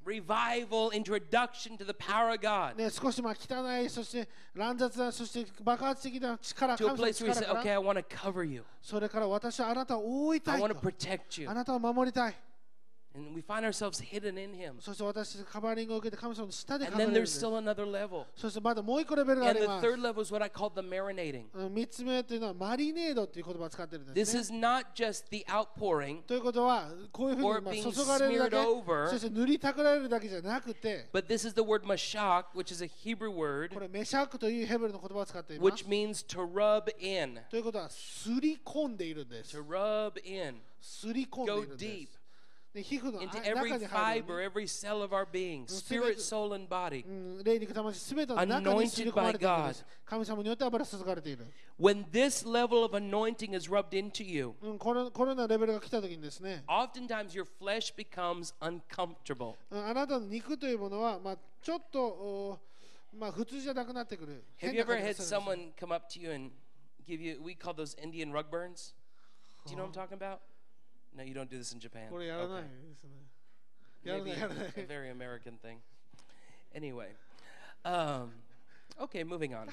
revival, introduction to the power of God, ね、少しまあ汚い、そして乱雑な、そして爆発的な力、 to a 神 place where you 様の say, 力から okay, I want to cover you, それから私はあなたを覆いた I い want と to protect you. あなたを守りたい。 And we find ourselves hidden in Him. そして私たちカバーリングを受けて神様の下で And 隠れ then るんで there's す。 still another level. そしてまだもう一個レベルがあ And り the ます。 third level is what I call the marinating. うん三つ目というのはマリネードという言葉を使ってるんで This す、is ね。not just the outpouring, ということは、こういうふう or にま being あ注がれるだけ smeared、over そして塗りたくられるだけじゃなくて、 but this is the word mashak, which is a Hebrew こ word, れ、メシャクというヘブルの言葉を使っています which。means to rub in. ということは、すり込んでいるんです To。rub in すり込んでいるん Go deep です。で皮膚のあ into 中 every に入るよう fiber, every に cell of our being, spirit, soul, and body. うん霊肉魂すべての中にすり込まれているんです Anointed by God. 神様によって油注がれている、 When this level of anointing is rubbed into you, うん、このコロナレベルが来た時にですね、 oftentimes your flesh becomes uncomfortable. うんあなたの肉というものは、まあ、ちょっとおまあ、普通じゃなくなってくる Have 変 you な ever 感じが had するんで someone す come up to you and give you, we call those Indian rug burns? Do you know what I'm talking about? No, you don't do this in Japan. これやらな Okay. いですね、やら Maybe ないやらない a very American thing. Anyway, um, okay, moving on.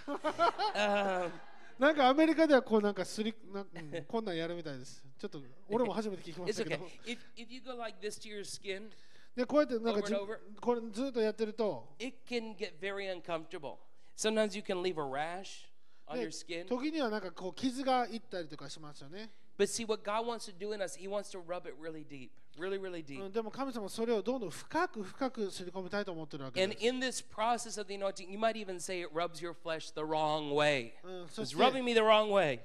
um, なんかアメリカではこうなんかすり な、うん、こんなんやるみたいですちょっと俺も初めて聞きまし it's たけ okay. ど If, if you go like this to your skin, でこうやってなんかじ Over and over. これずっとやってると it can get very uncomfortable. Sometimes you can leave a rash on で your skin. 時にはなんかこう傷がいったりとかしますよね But see, what God wants to do in us, He wants to rub it really deep, really, really う deep. ん、でも神様はそれをどんどん深く深くすり込みたいと思ってるわけ And です。 in this process of the anointing, you might even say it rubs your flesh the wrong way. うん、そ It's して rubbing me the wrong way.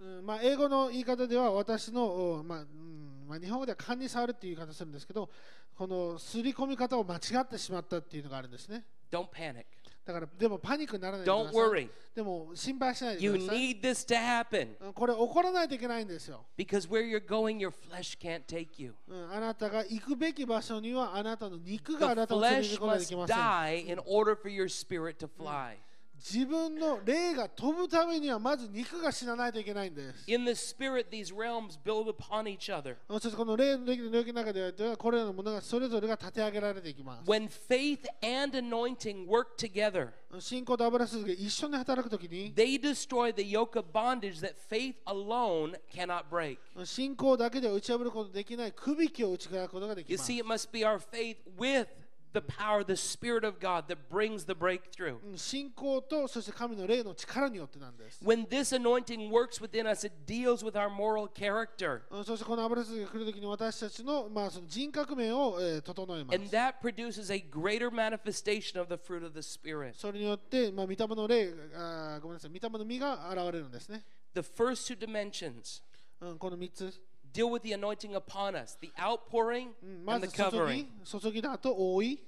うんまあ、英語の言い方では私の、おまあうんまあ、日本語では勘に触るっていう言い方するんですけどこのすり込み方を間違ってしまったっていうのがあるんですね Don't panic. だからでもパニックにならないでく Don't ださい worry. でも心配しないで You ください need this to happen うんこれ怒らないといけないんですよ、 because where you're going, your flesh can't take you. うん、あなたが行くべき場所にはあなたの肉があ The なたを連れて flesh 行くことがで must きません die in order for your spirit to fly. 自分の霊が飛ぶためにはまず肉が死なないといけないんです In the spirit, these realms build upon each other. そしてこの霊の領域の領域の中ではこれらのものがそれぞれが立て上げられていきます。 When faith and anointing work together, 信仰と油注ぎが一緒に働くときに they destroy the yoke of bondage that faith alone cannot break. 信仰だけでは打ち破ることのできない区引きを打ち砕くことができ You ます see,。it must be our faith with the power, the Spirit of God that brings the breakthrough. うん信仰とそして神の霊の力によってなんです。 When this anointing works within us, it deals with our moral character. うんそしてこの油注ぎが来るときに私たちの,、まあその人格面を、えー整えま And す。 that produces a greater manifestation of the fruit of the Spirit. それによって、まあ、御霊の霊があーごめんなさい、御霊の実が現れるんですね。 The first two dimensions うん、この3つ。 deal with the anointing upon us the outpouring うんま and the ず注 covering. ぎ、注ぎだと覆い。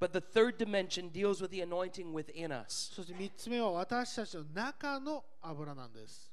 But the third dimension deals with the anointing within us. そして3つ目は私たちの中の油なんです。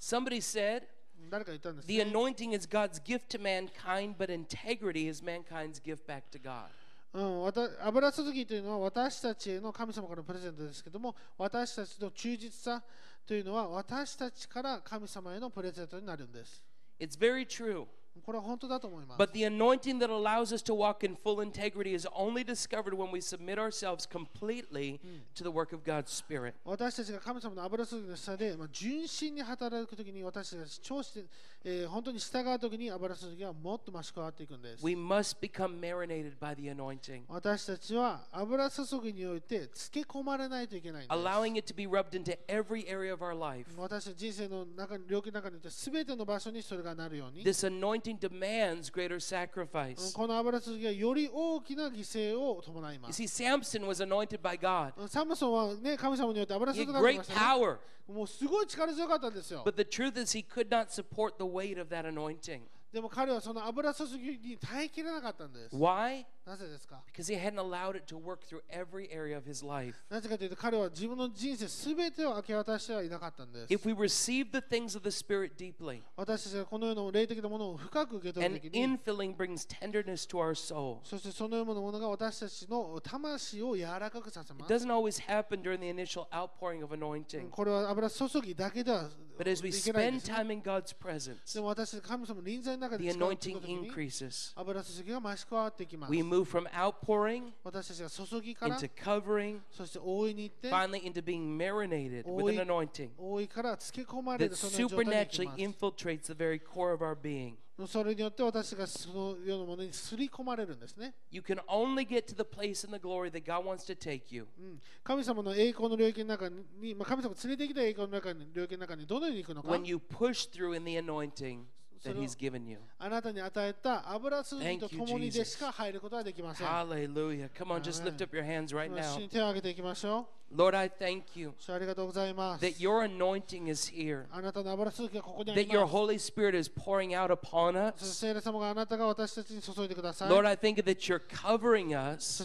Somebody said, 誰か言ったんです、 The ね anointing is God's gift to mankind, but integrity is mankind's gift back to God. うん、わた油注ぎというのは私たちへの神様からのプレゼントですけども私たちの忠実さというのは私たちから神様へのプレゼントになるんです It's very true. これは本当だと思います But the anointing that allows us to walk in full integrity is only discovered when we submit ourselves completely to the work of God's Spirit. 私たちが神様の油注ぎの下で、まあ、純真に働くときに私たちが調子で、えー本当に従うときに油注ぎはもっと増し加わっていくんです We must become marinated by the anointing, 私たちは油注ぎにおいて漬け込まれないといけないんです allowing it to be rubbed into every area of our life. 私たち人生の中に領域の中において全ての場所にそれがなるように This anointing demands greater うん sacrifice. この油注ぎはより大きな犠牲を伴いま You す。 see, Samson was anointed by God. うんサムソンはね、神様によって油 He 注 had がれて great ました、ね。 power. もうすごい力強かったんですよ。 But the truth is, he could not support the weight of that anointing. でも彼はその油注ぎに耐えきれなかったんです。 Why? なぜですか Because he hadn't allowed it to work through every area of his life. なぜかというと彼は自分の人生すべてを明け渡してはいなかったんです If。we receive the things of the Spirit deeply, 私たちがこのような霊的なものを深く受け取 and るときに、 infilling brings tenderness to our soul. そしてそのようなものが私たちの魂を柔らかくさせま It す。 doesn't always happen during the initial outpouring of anointing, これは油注ぎだけでは but as we いけないんで spend すね、 time in God's presence, でも私たち神様の臨在の中 the uh-huh. で使うと anointing きに increases. 油注ぎが増し加わってきます We。move from outpouring 私たちが注ぎから into、covering, そして大いに行って、 finally into being marinated with an anointing 大いからつけ込まれ that るその状態に行き supernaturally ます infiltrates the very core of our being. それによって私がそのようなものにすり込まれるんですね。 You can only get to the place in the glory that God wants to take you うん神様の栄光の領域の中に、まあ、神様が連れてきた栄光の中に領域の中にどのように行くのか when、you push through in the anointing that He's given you. あなたに与えた油注ぎと Thank you, 共にで Jesus. しか入ることはできません。 Hallelujah. Come on, just Amen. lift up your hands right 一緒 now. に手を挙げていきましょ Lord, I thank you う。主ありがとうございます。 that your anointing is here, あなたの油注ぎがここにあり that your ます。 Holy Spirit is pouring out upon そして us. 聖霊様があなたが私たちに注いでくださ Lord, い。 I thank you that you're covering そ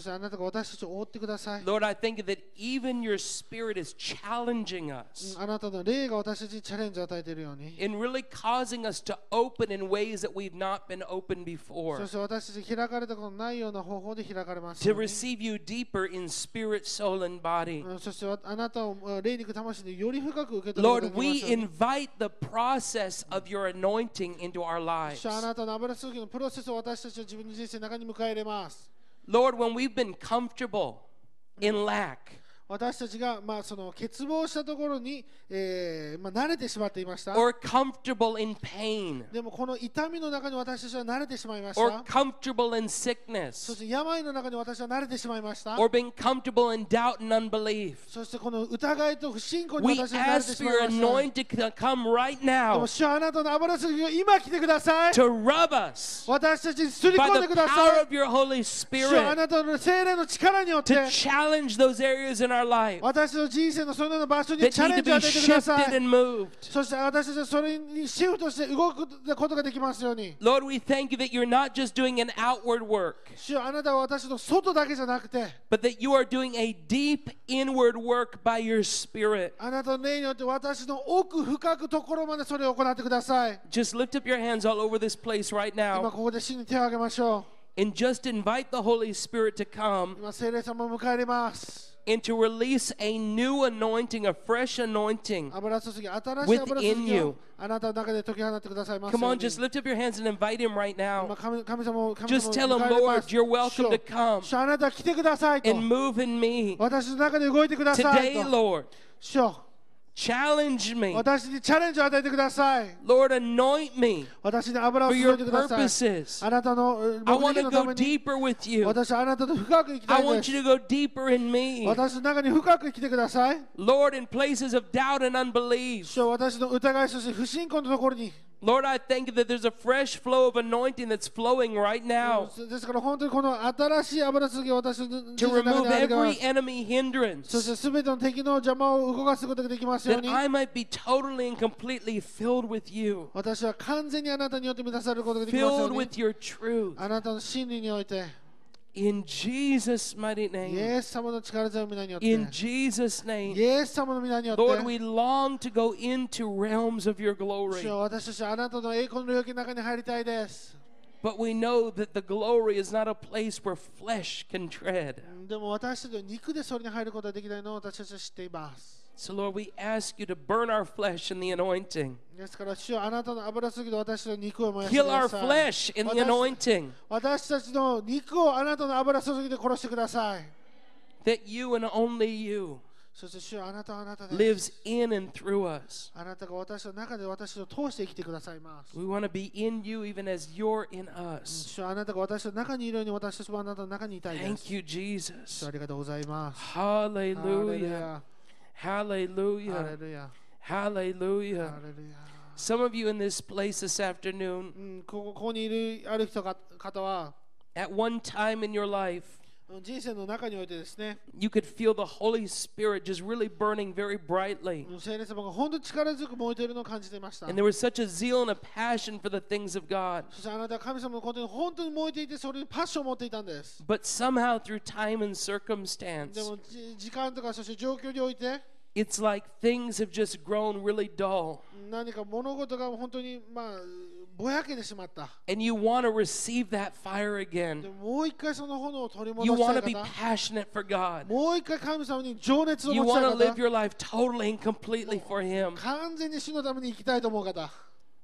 us. してあなたが私たちを覆ってください。 Lord, I thank you that even your Spirit is challenging う us んあなたの霊が私たちにチャレンジを与えているように。 and really causing us to open in ways that we've not been open そ before, して私たち開かれたことのないような方法で開かれますよ to うに。 receive you deeper in spirit, soul, and body. うんそしてわあなたをうん霊肉魂でより深く受け取るこ Lord, とができ we ますように invite the process of your anointing into our lives. そしてあなたの油注ぎのプロセスを私たちは自分の人生の中に迎え入れます。 Lord, when we've been comfortable in lack, 私たちが、まあ、その欠乏したところに、えーまあ、慣れてしまっていました。 or comfortable in pain, でもこの痛みの中に私たちは慣れてしまいまし or た。 comfortable in そし sickness, て病の中に私は慣れてしまいました。 or being comfortable in doubt and unbelief, そしてこの疑いと不信仰に we 私は慣れて ask し for ま your いました。 anointing to come right で now も主はあなたの油注ぎが今来てください。 to rub us 私たちにすり by 込ん the でくだ power さい。 of your Holy 主は Spirit あなたの精霊の力によって to challenge those areas in our life 私の人生のそのような場所に that チャ need レ to ン be ジを与えてくださ shifted い。 and moved. そして私たちはそれにシフトして動くことができますように。 Lord, we thank you that you're not just doing an outward work, 主よあなたは私の外だけじゃなくて、 but that you are doing a deep inward work by your Spirit. あなたの霊によって私の奥深くところまでそれを行ってください。 Just lift up your hands all over this place right 今 now ここで死に手を挙げましょ and just invite the Holy Spirit to う。 come 今、聖霊様を迎え入れます。 and to release a new anointing, a fresh anointing. 油注ぎ、新しい油注 Within ぎ you. をあなたの中で解き放ってくださいますよう Come on, に。just lift up your hands and invite Him right 今 now 神神様を神 Just 様 tell を him, 迎え入れます Lord, you're welcome 主よ to come. 主よあなたは来てくださいと。 and move in me. 私の中で動いてください Today, と。 Lord, 主よ challenge me. 私にチャレンジを与えてください。 Lord, anoint me 私に油を for 注い your でください。 purposes. あなたのえー I 目 want 的 to のた go めに deeper with you. 私はあなたと深く生きた I いで want you す。 to go deeper in me. 私の中に深く生きてください。 Lord, in places of doubt and unbelief. 主よ私の疑いそして不信仰のところに。 Lord, I thank you that there's a fresh flow of anointing that's flowing right now ですから本当にこの新しい油注ぎを私の人 to 生の remove 中であるが every enemy そして hindrance 全ての敵の邪魔を動かすことができますよ that うに。 I might be totally and completely filled with you, 私は完全にあなたによって満たされることができますよ filled うに with your truth. あなたの真理において、 In Jesus' mighty イ name. エス様の力強い皆によって、 In イ Jesus' name. エス様の皆によって、 Lord, we long to go into realms of your 主 glory, よ私たちはあなたの栄光の領域の中に入りたいです。 but we know that the glory is not a place where flesh can tread. でも私たちの肉でそれに入ることはできないのを私たちは知っています。 So, Lord, we ask you to burn our flesh in the anointing. ですから、主よあなたの油注ぎで私の肉を燃やしてく Kill our ださい。 flesh in the Well, Oh, that's- anointing. 私たちの肉をあなたの油注ぎで殺してください。 That you and only you そして主よあなたはあなたで lives in and through us. あなたが私の中で私を通して生きてくださいます。 We want to be in you even as you're in us. 主よあなたが私の中にいるように私たちもあなたの中にいたいです。 Thank you, Jesus. ありがとうございます。 Hallelujah. ハレ Hallelujah. ルヤ。 Hallelujah. ハレルヤ。 Some of you in this place this afternoon, うん、ここここにいるある人が方は、 at one time in your life, あうん人生の中においてですね、 you could feel the Holy Spirit just really burning very brightly. うん聖霊様が本当に力強く燃えているのを感じていました。 And there was such a zeal and a passion for the things of God. そしてあなたは神様のことに本当に燃えていて、それにパッションを持っていたんです。 But somehow, through time and で circumstance, もじ時間とか、そして状況において、 it's like things have just grown really dull. 何か物事が本当に、まあ、ぼやけてしまった。 And you want to receive that fire で again. ももう一回その炎を取り You 戻 want した to be い方、 passionate for God. もう一回神様に情熱を You 持ちた want い to 方 live、your life totally and completely for Him. 完全に主のために生きたいと思う方、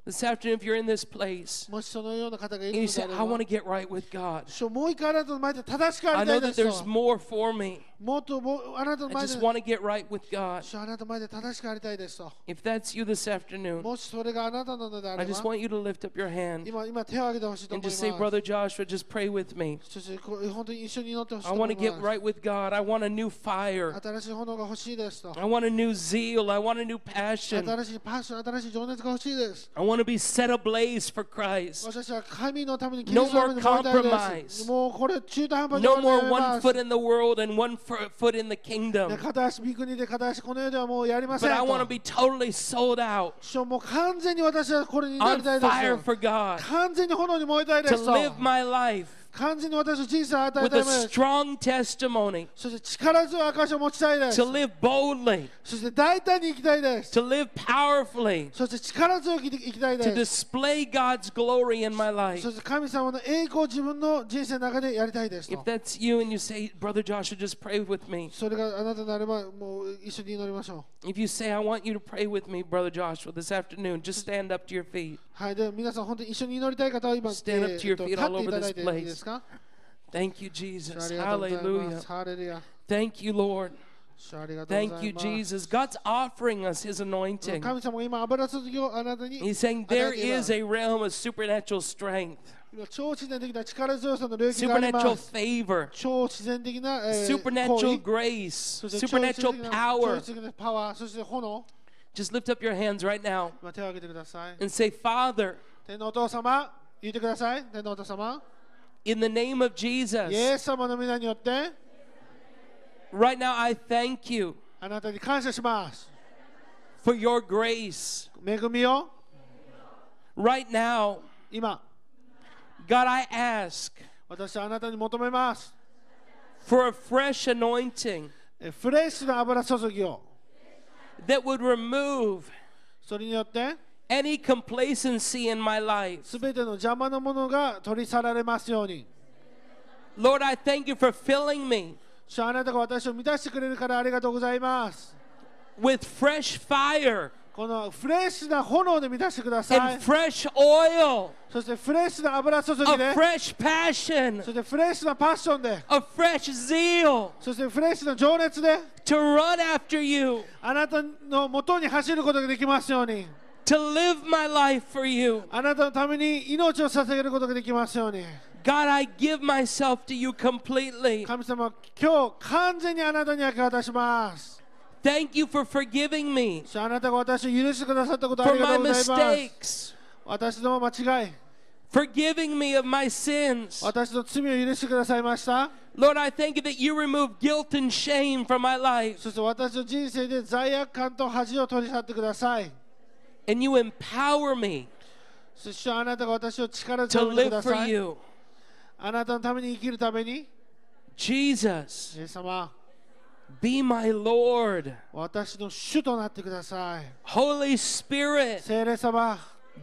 This afternoon, if you're in this place もしそのような方がい and る you ので say, あれ I want ば to get right with God, 主よもう一回あなたの前で正しくあ I りた know いで that すよ there's more for me. もっともあなたの I 前で just want to get right with God. 主よあなたの前で正しくありたいですと If that's you this afternoon, もしそれがあなたなのであ I れ just ば want you to lift up your hand 今今手を挙げてほしいと and 思いま just す say, Brother Joshua, just pray with me. そしてこう本当に一緒に祈ってほしい I と思 want い to get ま right with God. I want a new す fire. 新しい炎が欲しいですと I want a new zeal. I want a new passion. 新しいパッション新しい情熱が欲しいです I want to be set ablaze for Christ. 私は神のために No キリストのために燃えたいです more compromise. もうこれ中途半端に No 終わ more りま one す foot in the world and one fo- foot in the で kingdom. 片足三国で片足この世ではもうやりませ But ん I want to と be totally sold out, 主よもう完全に私はこれにな on りたいです fire for God, 完全に炎に燃えたいで to すと live my life 完全に私の人生を与え with たい a です strong testimony, そして力強い証を持ちたいです to live boldly, そして大胆に生きたいです。 to live powerfully, そして力強く生きたい to です。 display God's glory in my life. そして神様の栄光を自分の人生の中でやりたいですと If。that's you and you say, Brother Joshua, just pray with me. それがあなたなればもう一緒に祈りましょう。 If you say, I want you to pray with me, Brother Joshua, this afternoon, just stand up to your feet. はい、では皆さん本当に一緒に祈りたい方は今、え Stand up ー to your と feet 立 all ってい over ただ this いていいです place. か Thank you, 主あ Jesus. りがとうございま Hallelujah. す。ハレルヤ。 Thank you, Lord. 主ありがとうござ Thank い you, ます。 Jesus. God's offering us His anointing. 神様が今、油注ぎをあなたに He's saying there is a realm of supernatural strength, 今超自然的な力強さの領域がありま supernatural す。 favor, 超自然的な、えー、行 supernatural 為 grace, そして超自然的 supernatural な power. 超自然的なパワー、そして炎。 Just lift up your hands right now まあ、手を挙げてください。 and say, Father, 天のお父様、言ってください。天のお父様、 in the name of イ Jesus, エス様の皆によって、 right now I thank you あなたに感謝します。 for your grace. 恵みを Right now, 今、 God, I ask 私はあなたに求めます。 for a fresh anointing えフレッシュな油注ぎを、 that would remove それによって、 any complacency in my life. すべての邪魔なものが取り去られますように。 Lord, I thank you for filling me 主あなたが私を満たしてくれるからありがとうございます。 with fresh fire このフレッシュな炎で満たしてください and。fresh oil, そしてフレッシュな油注ぎ a で、 fresh passion, そしてフレッシュなパッションで、 a fresh zeal そしてフレッシュな情熱で、 to run after you, あなたのもとに走ることができますように to live my life for you. あなたのために命を捧げることができますように God, I give myself to you completely. 神様今日完全にあなたに明け渡します Thank you for forgiving me 主あなたが私を許してくださったことあ for りがと my うございます mistakes, 私の間違い forgiving me of my sins. 私の罪を許してくださいました Lord, I thank you that you remove guilt and shame from my life そして私の人生で罪悪感と恥を取り去ってください and you empower me そして主あなたが私を力 to 強めてく live だ for さい you. あなたのために生きるために Jesus, イエス様 be my Lord. 私の主となってください Holy Spirit, 聖霊様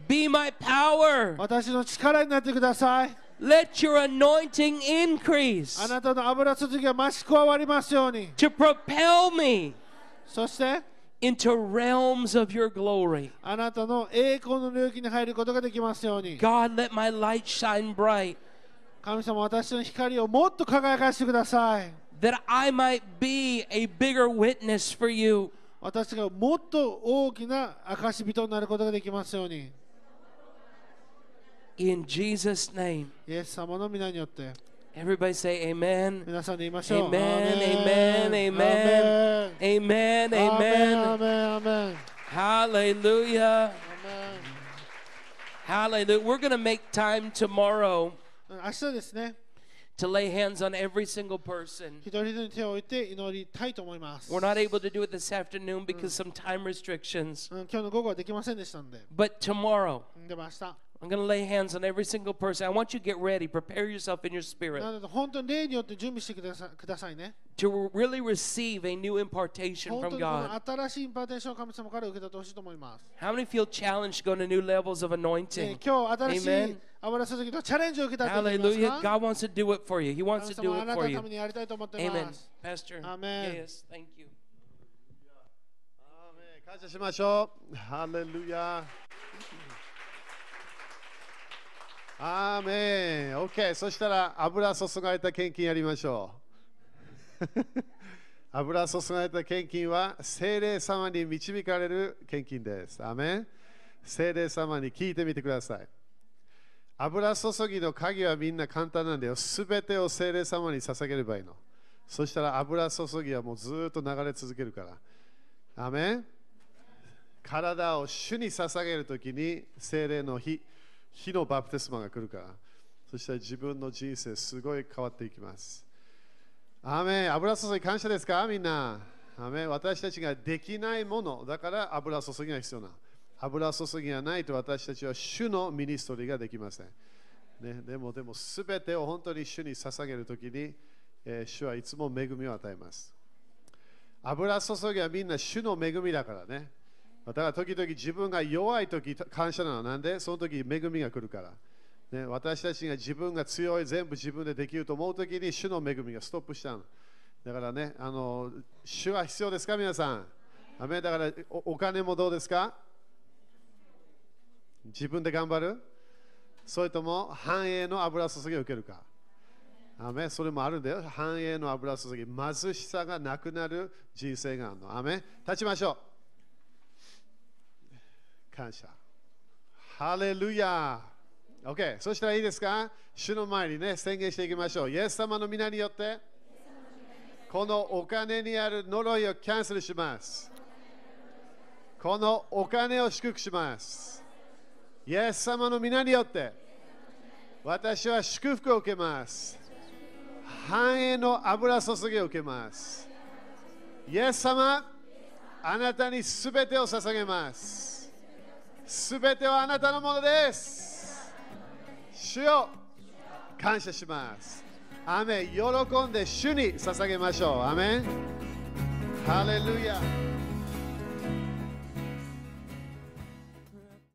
be my power. 私の力になってください Let your anointing increase あなたの油注ぎが増し加わりますように to propel me そして into realms of your glory. あなたの栄光の領域に入ることができますように God, let my light shine bright 神様私の光をもっと輝かしてください that I might be a bigger witness for you. 私がもっと大きな証人になることができますように In Jesus' name. イエス様の皆によって Everybody say amen. 皆さんで言いましょう Amen, アーメン amen, Amen, アーメ amen. ンアーメンアーメンアーメンアーメン Hallelujah. Hallelujah. We're going to make time tomorrow 明日ですね to to lay hands on every single person. 一人一人に手を置いて祈りたいと思います、う We're ん、今 not able to do it this afternoon because some time restrictions. 日の午後はできませんでしたので But tomorrow, うんでも明日 I'm going to lay hands on every single person. I want you to get ready, prepare yourself in your な spirit ので本当に霊によって準備してくださくださいね to re- really receive a new impartation 本当 from にこ God. の新しいインパーテーションを神様から受け取ってほしいと思います、 How many feel challenged to go to new levels of ね anointing? 今日新しい Amen. 油注ぎのチャレンジを受けたいと思いますか Hallelujah. God wants to do it for you. He wants 神 to do 様あ it なた for のた you. めにやりたいと思ってま Amen. す Pastor. Amen. Yes, thank you. アーメン感謝しましょう。ハレルヤ。アーメン。OK。そしたら油注がれた献金やりましょう。 油注がれた献金は聖霊様に導かれる献金です。アーメン。聖霊様に聞いてみてください。油注ぎの鍵はみんな簡単なんだよ。すべてを聖霊様に捧げればいいの。そしたら油注ぎはもうずーっと流れ続けるから。アーメン体を主に捧げるときに精霊の火火のバプテスマが来るからそしたら自分の人生すごい変わっていきますアーメン油注ぎ感謝ですかみんなアーメン私たちができないものだから油注ぎが必要な油注ぎがないと私たちは主のミニストリーができません、ね、でもでも全てを本当に主に捧げるときに、えー主はいつも恵みを与えます油注ぎはみんな主の恵みだからね。だから時々自分が弱い時感謝なのなんでその時恵みが来るから、ね。私たちが自分が強い全部自分でできると思う時に主の恵みがストップしたの。だからね、あの主は必要ですか皆さん。アメだからおお金もどうですか自分で頑張るそれとも繁栄の油注ぎを受けるかアーメンそれもあるんだよ。繁栄の油注ぎ、貧しさがなくなる人生があるの。アーメン立ちましょう。感謝。ハレルヤー。OK、そしたらいいですか主の前にね、宣言していきましょう。イエス様の皆によって、このお金にある呪いをキャンセルします。このお金を祝福します。イエス様の皆によって、私は祝福を受けます。繁栄の油注ぎを受けます。イエス様、あなたにすべてを捧げます。すべてはあなたのものです。主よ、感謝します。アーメン喜んで主に捧げましょう。アーメンハレルヤ。